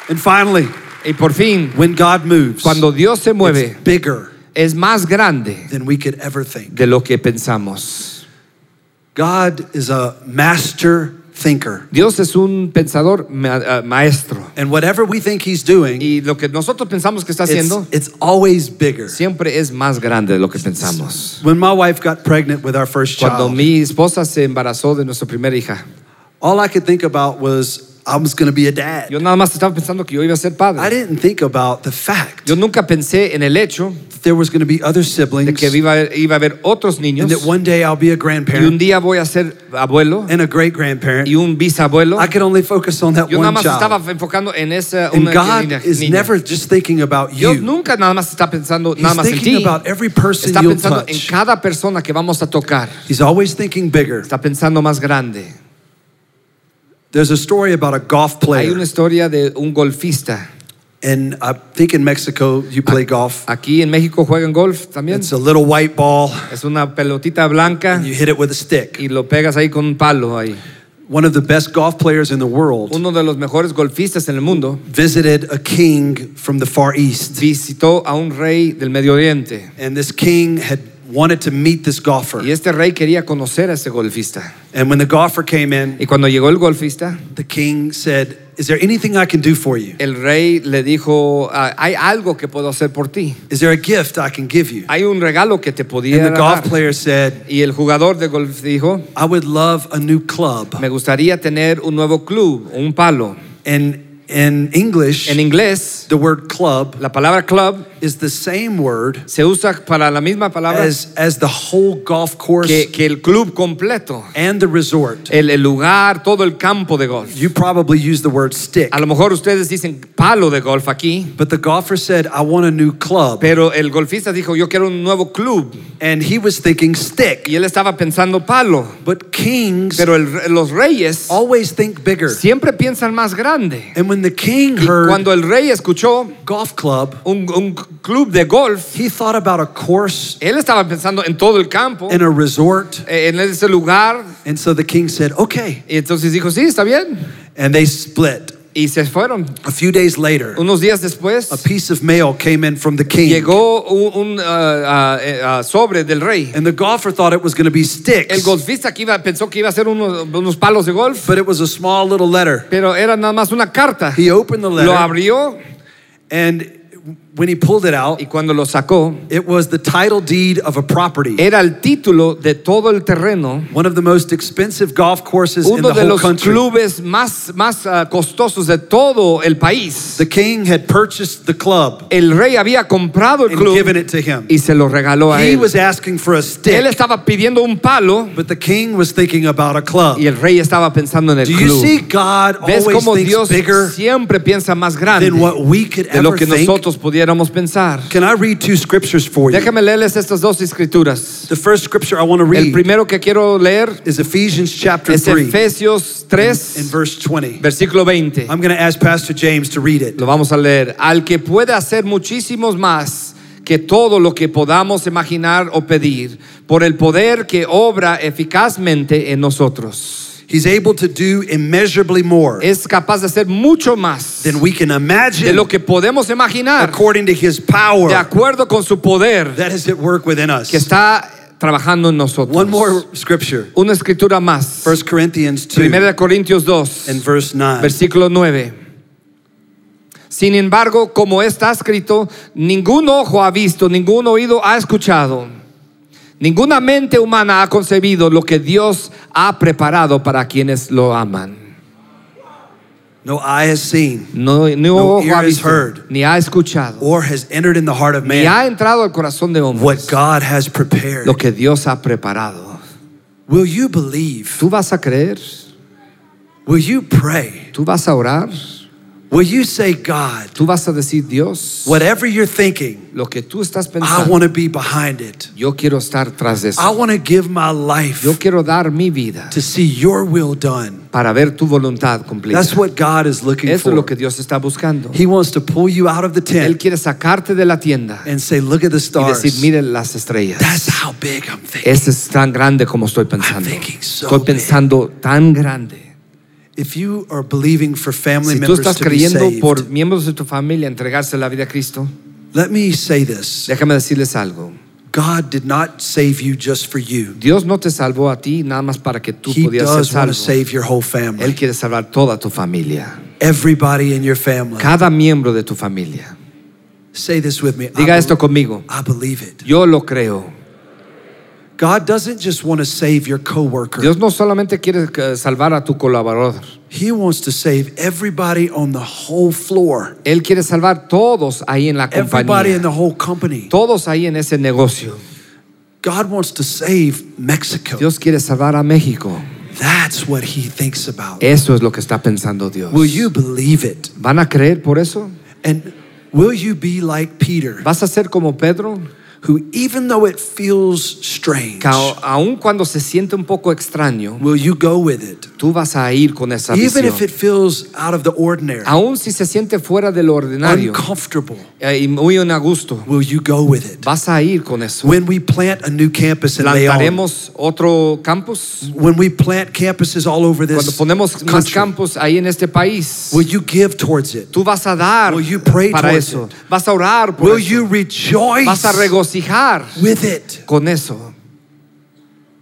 S2: and finally,
S3: Y por fin,
S2: when God moves,
S3: cuando Dios se
S2: it's
S3: mueve,
S2: bigger
S3: es más grande
S2: than we could ever think.
S3: de lo que pensamos.
S2: God is a master thinker.
S3: Dios es un pensador ma- ah, maestro.
S2: And whatever we think he's doing,
S3: Y lo que nosotros pensamos que está
S2: it's,
S3: haciendo
S2: it's always bigger.
S3: siempre es más grande de lo que pensamos.
S2: When my wife got pregnant with our first
S3: Cuando
S2: child,
S3: mi esposa se embarazó de nuestra primera hija,
S2: all I could think about was I was going to be a dad.
S3: yo nada más estaba pensando que yo iba a ser
S2: I
S3: padre.
S2: didn't think about the fact
S3: Yo nunca pensé en el hecho
S2: that there was going to be other
S3: de
S2: siblings
S3: que iba a haber, iba a haber otros
S2: and
S3: niños
S2: that one day I'll be a
S3: y un
S2: grandparent
S3: día voy a ser abuelo
S2: and a great
S3: y
S2: grandparent.
S3: un bisabuelo.
S2: I could only focus on that
S3: Yo nada
S2: one
S3: más estaba
S2: child.
S3: enfocando en esa
S2: And
S3: una
S2: God
S3: niña-
S2: is
S3: niña.
S2: never just thinking about
S3: Dios
S2: you.
S3: nunca nada más está pensando nada
S2: He's
S3: más en
S2: thinking
S3: ti.
S2: about every person
S3: Está
S2: you'll
S3: pensando en
S2: touch.
S3: cada persona que vamos a tocar.
S2: He's always thinking bigger.
S3: Está pensando más grande.
S2: There's a story about a golf
S3: Hay
S2: player,
S3: una historia de un golfista.
S2: and I think in Mexico you play golf.
S3: Aquí en México juegan golf también.
S2: It's a little white ball.
S3: Es una pelotita blanca.
S2: You hit it with a stick.
S3: y lo pegas ahí con un palo ahí.
S2: One of the best golf players in the world
S3: Uno de los mejores golfistas en el mundo
S2: visited a king from the Far East,
S3: visitó a un rey del Medio Oriente
S2: and this king had wanted to meet this golfer.
S3: y este rey quería conocer a ese golfista.
S2: And when the golfer came in,
S3: Y cuando llegó el golfista,
S2: the king said, "Is there anything I can do for you?
S3: el rey le dijo, "Ah, hay algo que puedo hacer por ti,
S2: Is there a gift I can give you?"
S3: hay un regalo que te
S2: And
S3: podía
S2: the golf
S3: dar.
S2: player said,
S3: Y el jugador de golf dijo,
S2: "I would love a new club."
S3: me gustaría tener un nuevo club, un palo.
S2: And in English,
S3: En inglés,
S2: the word club
S3: la palabra club
S2: is the same word
S3: se usa para la misma palabra
S2: as as the whole golf course
S3: que, que el club completo,
S2: and the resort.
S3: el- el lugar, todo el campo de golf.
S2: You probably use the word stick.
S3: A lo mejor ustedes dicen palo de golf aquí,
S2: But the golfer said, I want a new club.
S3: pero el golfista dijo yo quiero un nuevo club
S2: And he was thinking stick.
S3: y él estaba pensando palo,
S2: But kings
S3: pero el re- los reyes
S2: always think bigger.
S3: siempre piensan más grande.
S2: And when the king
S3: Y
S2: heard
S3: cuando el rey escuchó
S2: golf club,
S3: un, un club de golf,
S2: He thought about a course
S3: él estaba pensando en todo el campo,
S2: in a resort.
S3: eh, en ese lugar.
S2: And so the king said, okay.
S3: Y entonces dijo, sí, está bien.
S2: And they split.
S3: Y se fueron.
S2: A few days later,
S3: Unos días después,
S2: a piece of mail came in from the king.
S3: llegó un, un, ah, ah, eh, ah, sobre del rey.
S2: And the golfer thought it was going to be
S3: El
S2: sticks,
S3: golfista que iba, pensó que iba a ser unos, unos palos de golf,
S2: but it was a small little letter.
S3: pero era nada más una carta.
S2: He opened the
S3: Lo
S2: letter,
S3: abrió
S2: and when he pulled it out,
S3: y cuando lo sacó,
S2: it was the title deed of a property,
S3: era el título de todo el terreno.
S2: one of the most expensive golf courses in
S3: Uno
S2: the
S3: de
S2: whole
S3: los
S2: country.
S3: clubes más, más ah, costosos de todo el país.
S2: The king had purchased the club
S3: El rey había comprado el
S2: and
S3: club
S2: given it to him.
S3: y se lo regaló a
S2: He
S3: él.
S2: was asking for a
S3: Él
S2: stick,
S3: estaba pidiendo un palo
S2: but the king was thinking about a club.
S3: y el rey estaba pensando en el
S2: Do you see
S3: club.
S2: God
S3: ¿Ves
S2: always
S3: cómo
S2: thinks
S3: Dios
S2: bigger
S3: siempre piensa más grande
S2: than what we could
S3: de lo
S2: ever
S3: que
S2: think?
S3: nosotros pudiéramos pensar?
S2: Can I read two scriptures for you?
S3: Déjame leerles estas dos escrituras.
S2: The first scripture I want to
S3: El
S2: read
S3: primero que quiero leer
S2: is Ephesians chapter
S3: es
S2: 3
S3: Efesios
S2: in
S3: 3,
S2: verse 20.
S3: versículo 20.
S2: I'm going to ask Pastor James to read it.
S3: Lo vamos a leer. Al que pueda hacer muchísimos más que todo lo que podamos imaginar o pedir, por el poder que obra eficazmente en nosotros.
S2: He's able to do immeasurably more
S3: Es capaz de hacer mucho más
S2: than we can
S3: de
S2: imagine
S3: lo que podemos imaginar,
S2: according to his
S3: de
S2: power
S3: acuerdo con su poder
S2: that is at work within us.
S3: que está trabajando en nosotros.
S2: One more scripture.
S3: Una escritura más.
S2: 1 Corinthians
S3: 1
S2: 2
S3: de Corintios 2.
S2: and verse 9.
S3: Versículo 9. Sin embargo, como está escrito, ningún ojo ha visto, ningún oído ha escuchado, ninguna mente humana ha concebido lo que Dios ha preparado para quienes lo aman.
S2: No eye has seen
S3: No, ni
S2: No
S3: ojo ha
S2: ear has
S3: visto,
S2: heard.
S3: ni ha escuchado,
S2: or has entered in the heart of
S3: ni ha
S2: man
S3: entrado al corazón de hombre
S2: what God has prepared.
S3: lo que Dios ha preparado.
S2: Will you believe?
S3: ¿Tú vas a creer?
S2: Will you pray?
S3: ¿Tú vas a orar?
S2: Will you say, God,
S3: ¿Tú vas a decir, Dios,
S2: whatever you're thinking,
S3: lo que tú estás
S2: I
S3: pensando,
S2: want to be behind it.
S3: yo quiero estar tras de eso?
S2: I want to give my life
S3: Yo quiero dar mi vida
S2: to see your will done.
S3: para ver tu voluntad cumplida.
S2: That's what God is looking
S3: Eso es lo que
S2: for.
S3: Dios está buscando.
S2: He wants to pull you out of the
S3: Él
S2: tent
S3: quiere sacarte de la tienda
S2: and say, Look at the
S3: y
S2: stars.
S3: decir, miren las estrellas.
S2: That's how big I'm thinking.
S3: Ese es tan grande como estoy pensando.
S2: I'm thinking so
S3: Estoy pensando tan grande.
S2: If you are believing for family
S3: Si tú
S2: members
S3: estás
S2: to be
S3: creyendo
S2: saved,
S3: por miembros de tu familia entregarse la vida a Cristo,
S2: let me say this
S3: déjame decirles algo.
S2: God did not save you just for you,
S3: Dios no te salvó a ti nada más para que tú
S2: He
S3: pudieras ser
S2: does want to
S3: salvo.
S2: save your whole family,
S3: Él quiere salvar toda tu familia,
S2: everybody in your family.
S3: cada miembro de tu familia.
S2: say this with me. I
S3: Diga
S2: bel-
S3: esto conmigo.
S2: I believe it.
S3: Yo lo creo.
S2: God doesn't just want to save your coworker.
S3: Dios no solamente quiere eh, salvar a tu colaborador,
S2: He wants to save everybody on the whole floor,
S3: Él quiere salvar todos ahí en la
S2: everybody
S3: compañía,
S2: in the whole company.
S3: todos ahí en ese negocio.
S2: God wants to save Mexico.
S3: Dios quiere salvar a México.
S2: That's what he thinks about.
S3: Eso es lo que está pensando Dios.
S2: Will you believe it?
S3: ¿Van a creer por eso?
S2: And will you be like Peter,
S3: ¿Vas a ser como Pedro?
S2: who, even though it feels strange,
S3: Que a- aun cuando se siente un poco extraño,
S2: will you go with it?
S3: tú vas a ir con esa
S2: Even if it
S3: visión.
S2: feels out of the ordinary,
S3: Aun si se siente fuera de lo ordinario
S2: uncomfortable,
S3: eh, y muy en a gusto,
S2: will you go with it?
S3: vas a ir con eso.
S2: When we plant a new campus in León,
S3: ¿Plantaremos otro campus?
S2: when we plant campuses all over
S3: Cuando
S2: this
S3: ponemos más
S2: country,
S3: campos ahí en este país,
S2: Will you give towards it?
S3: Tú vas a dar
S2: Will you pray
S3: para
S2: towards
S3: eso.
S2: it?
S3: Vas a orar por
S2: Will
S3: eso.
S2: you rejoice
S3: Vas a regocijar
S2: with it?
S3: con eso.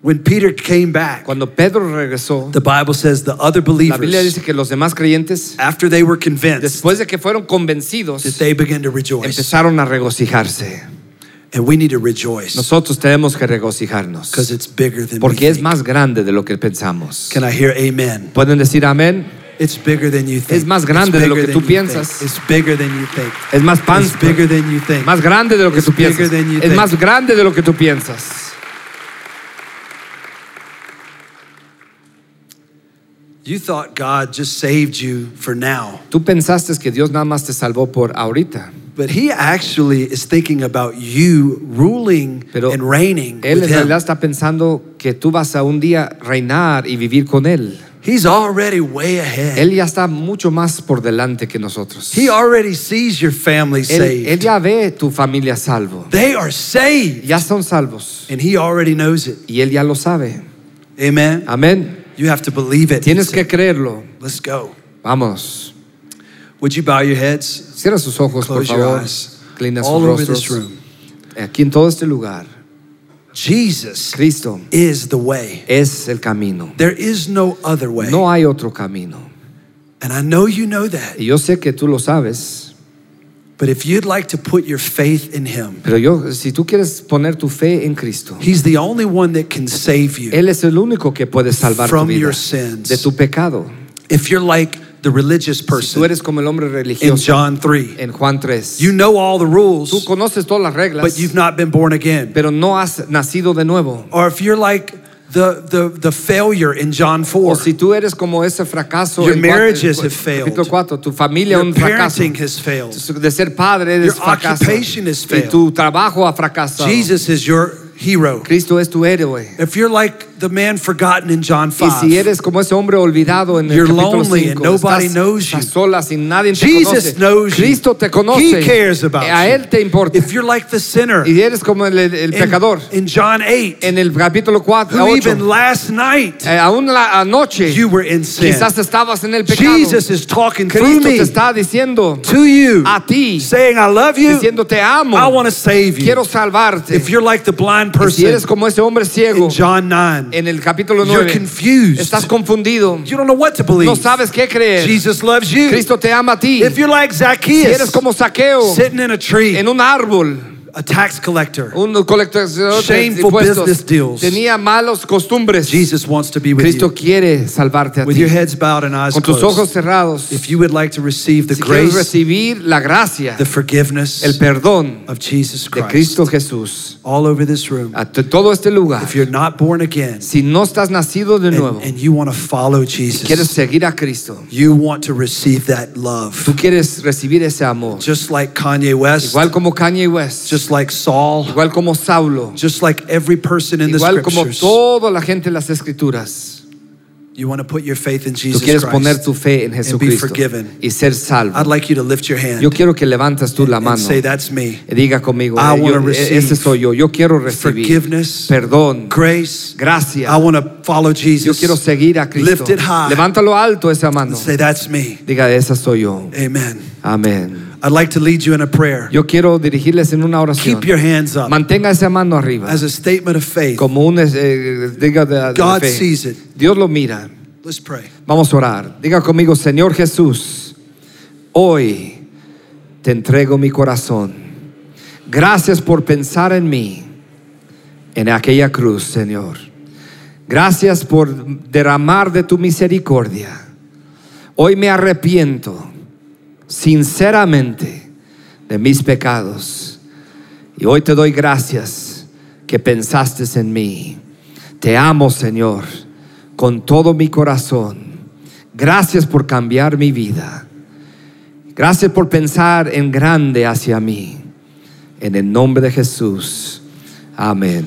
S2: When Peter came back,
S3: Cuando Pedro regresó,
S2: the Bible says the other
S3: la Biblia
S2: believers,
S3: dice que los demás creyentes,
S2: after they were convinced,
S3: después de que fueron convencidos,
S2: that they began to rejoice.
S3: empezaron a regocijarse.
S2: And we need to rejoice
S3: Nosotros tenemos que regocijarnos
S2: because it's bigger than we
S3: porque es
S2: think.
S3: más grande de lo que pensamos.
S2: Can I hear amen?
S3: ¿Pueden decir amén?
S2: It's bigger than you think.
S3: Es más
S2: It's
S3: grande de lo
S2: bigger
S3: que
S2: than
S3: tú
S2: you think.
S3: piensas.
S2: It's bigger than you think.
S3: Es más pan,
S2: It's bigger than you think.
S3: más grande de lo que
S2: It's
S3: tú
S2: bigger
S3: piensas.
S2: than you
S3: Es
S2: think.
S3: más grande de lo que tú piensas.
S2: You thought God just saved you for now,
S3: Tú pensaste que Dios nada más te salvó por ahorita.
S2: but He actually is thinking about you ruling
S3: Pero
S2: and reigning
S3: Él
S2: with
S3: en
S2: Him.
S3: realidad está pensando que tú vas a un día reinar y vivir con Él.
S2: He's already way ahead.
S3: Él ya está mucho más por delante que nosotros.
S2: He already sees your family
S3: Él, él
S2: saved.
S3: ya ve tu familia salvo.
S2: They are saved.
S3: Ya son salvos.
S2: And He already knows it.
S3: Y Él ya lo sabe.
S2: Amen.
S3: Amén.
S2: You have to believe it.
S3: Ah. Tienes que creerlo.
S2: Let's go.
S3: Vamos.
S2: Would you bow your heads?
S3: Cierra sus ojos, por
S2: Close your
S3: favor.
S2: eyes.
S3: Inclina sus
S2: All over this
S3: rostros.
S2: room.
S3: Aquí en todo este lugar.
S2: Jesus
S3: Cristo
S2: is the way.
S3: es el camino.
S2: There is no other way.
S3: No hay otro camino.
S2: And I know you know that.
S3: Y yo sé que tú lo sabes,
S2: But if you'd like to put your faith in Him,
S3: pero yo, si tú quieres poner tu fe en Cristo,
S2: He's the only one that can save you.
S3: Él es el único que puede salvar tu
S2: From
S3: vida
S2: your sins.
S3: de tu pecado.
S2: If you're like the religious
S3: Si tú
S2: person
S3: eres como el hombre
S2: in
S3: religioso
S2: John 3,
S3: en Juan 3,
S2: you know all the
S3: tú
S2: rules,
S3: conoces todas las reglas,
S2: but you've not been born again.
S3: pero no has nacido de nuevo.
S2: Or if you're like the, the, the failure in John 4,
S3: O si tú eres como ese fracaso
S2: Your
S3: en cuatro-
S2: marriages
S3: en
S2: have failed.
S3: capítulo 4, tu familia
S2: your
S3: un fracaso.
S2: parenting has failed.
S3: De ser padre eres
S2: Your
S3: fracaso.
S2: occupation has
S3: Y
S2: failed.
S3: tu trabajo ha fracasado.
S2: Jesus is your hero.
S3: Cristo es tu héroe.
S2: If you're like the man forgotten in John
S3: Y
S2: 5,
S3: si eres como ese hombre olvidado en el
S2: You're
S3: capítulo
S2: lonely
S3: 5,
S2: and nobody
S3: estás,
S2: knows
S3: estás
S2: you.
S3: sola sin nadie te
S2: Jesus
S3: conoce.
S2: knows you.
S3: Cristo te conoce.
S2: He cares about
S3: A
S2: you.
S3: él te importa.
S2: if you're like the sinner
S3: Y eres como el, el
S2: in,
S3: pecador
S2: in John 8,
S3: en el capítulo 4,
S2: who
S3: 8,
S2: even last night
S3: aún la anoche
S2: you were in sin.
S3: Eh, quizás estabas en el pecado.
S2: Jesus is talking through
S3: Cristo
S2: me
S3: te está diciendo
S2: to you,
S3: a ti,
S2: saying, I love you,
S3: diciendo te amo,
S2: I want to save
S3: quiero
S2: you.
S3: salvarte.
S2: If you're like the blind
S3: Y si
S2: person
S3: eres como ese hombre ciego
S2: in John 9,
S3: en el capítulo
S2: you're
S3: 9,
S2: confused.
S3: estás confundido,
S2: You don't know what to believe.
S3: no sabes qué creer.
S2: Jesus loves you.
S3: Cristo te ama a ti.
S2: If you're like
S3: Si eres
S2: Zacchaeus,
S3: como saqueo
S2: sitting in a tree,
S3: en un árbol,
S2: a tax collector,
S3: un colector
S2: Shameful
S3: de
S2: business
S3: impuestos,
S2: deals.
S3: tenía malas costumbres.
S2: Jesus wants to be with
S3: Cristo
S2: you.
S3: quiere salvarte a
S2: With
S3: ti.
S2: your heads bowed and eyes
S3: Con tus ojos
S2: closed,
S3: cerrados,
S2: if you would like to receive the
S3: si quieres
S2: grace,
S3: recibir la gracia,
S2: the forgiveness
S3: el perdón
S2: of Jesus
S3: de
S2: Christ
S3: Cristo Jesús
S2: all over this room,
S3: a t- todo este lugar.
S2: if you're not born again
S3: Si no estás nacido de nuevo,
S2: and, and you want to follow
S3: quieres
S2: Jesus,
S3: seguir a Cristo,
S2: you want to receive that love.
S3: tú quieres recibir ese amor,
S2: Just like Kanye West,
S3: igual como Kanye West,
S2: just like Saul,
S3: igual como Saulo,
S2: just like every person in the
S3: igual como
S2: scriptures.
S3: toda la gente en las Escrituras.
S2: You want to put your faith in
S3: Tú
S2: Jesus
S3: quieres poner
S2: Christ.
S3: tu fe en Jesucristo
S2: forgiven.
S3: y ser
S2: I'd
S3: salvo.
S2: like you to lift your hand
S3: Yo quiero que levantas tú la
S2: and
S3: mano
S2: say, That's me.
S3: y diga conmigo,
S2: I
S3: eh,
S2: wanna
S3: yo- eh,
S2: receive
S3: ese soy yo, yo quiero recibir
S2: Forgiveness,
S3: perdón,
S2: grace. I
S3: gracia,
S2: want to follow
S3: yo
S2: Jesus.
S3: quiero seguir a Cristo.
S2: Lift it high.
S3: Levántalo alto esa mano,
S2: And say, That's me.
S3: diga, esa soy yo.
S2: Amen.
S3: Amén.
S2: I'd like to lead you in a prayer.
S3: Yo quiero dirigirles en una oración.
S2: Keep your hands up
S3: Mantenga esa mano arriba
S2: as a statement of faith.
S3: como un eh, diga de, de
S2: God
S3: fe.
S2: sees it.
S3: Dios lo mira.
S2: Let's pray.
S3: Vamos a orar. Diga conmigo, Señor Jesús, hoy te entrego mi corazón. Gracias por pensar en mí, en aquella cruz, Señor. Gracias por derramar de tu misericordia. Hoy me arrepiento sinceramente de mis pecados. Y hoy te doy gracias que pensaste en mí. Te amo, Señor, con todo mi corazón. Gracias por cambiar mi vida. Gracias por pensar en grande hacia mí. En el nombre de Jesús. Amén.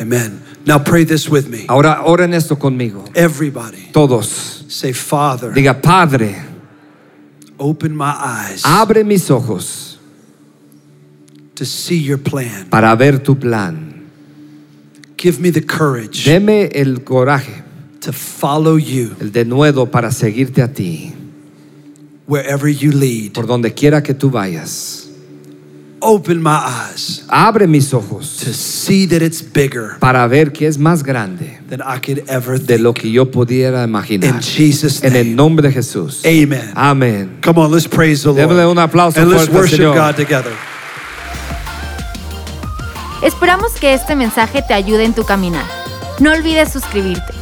S2: Amen. Now pray this with me.
S3: Ahora oren esto conmigo.
S2: Everybody
S3: Todos.
S2: say, Father,
S3: Diga, Padre,
S2: open my eyes
S3: abre mis ojos
S2: to see your plan.
S3: para ver tu plan.
S2: Give me the courage
S3: Deme el coraje,
S2: to follow you
S3: el denuedo para seguirte a ti,
S2: wherever you lead.
S3: por donde quiera que tú vayas.
S2: Open my eyes
S3: Abre mis ojos
S2: to see that it's bigger
S3: para ver que es más grande
S2: than I could ever
S3: de
S2: think.
S3: lo que yo pudiera imaginar.
S2: In Jesus'
S3: En el
S2: name.
S3: nombre de Jesús.
S2: Amen.
S3: Amén.
S2: Come on, let's praise the Lord.
S3: Démosle un aplauso
S2: and let's
S3: fuerte al
S2: worship
S3: Señor.
S2: God together.
S1: Esperamos que este mensaje te ayude en tu caminar. No olvides suscribirte.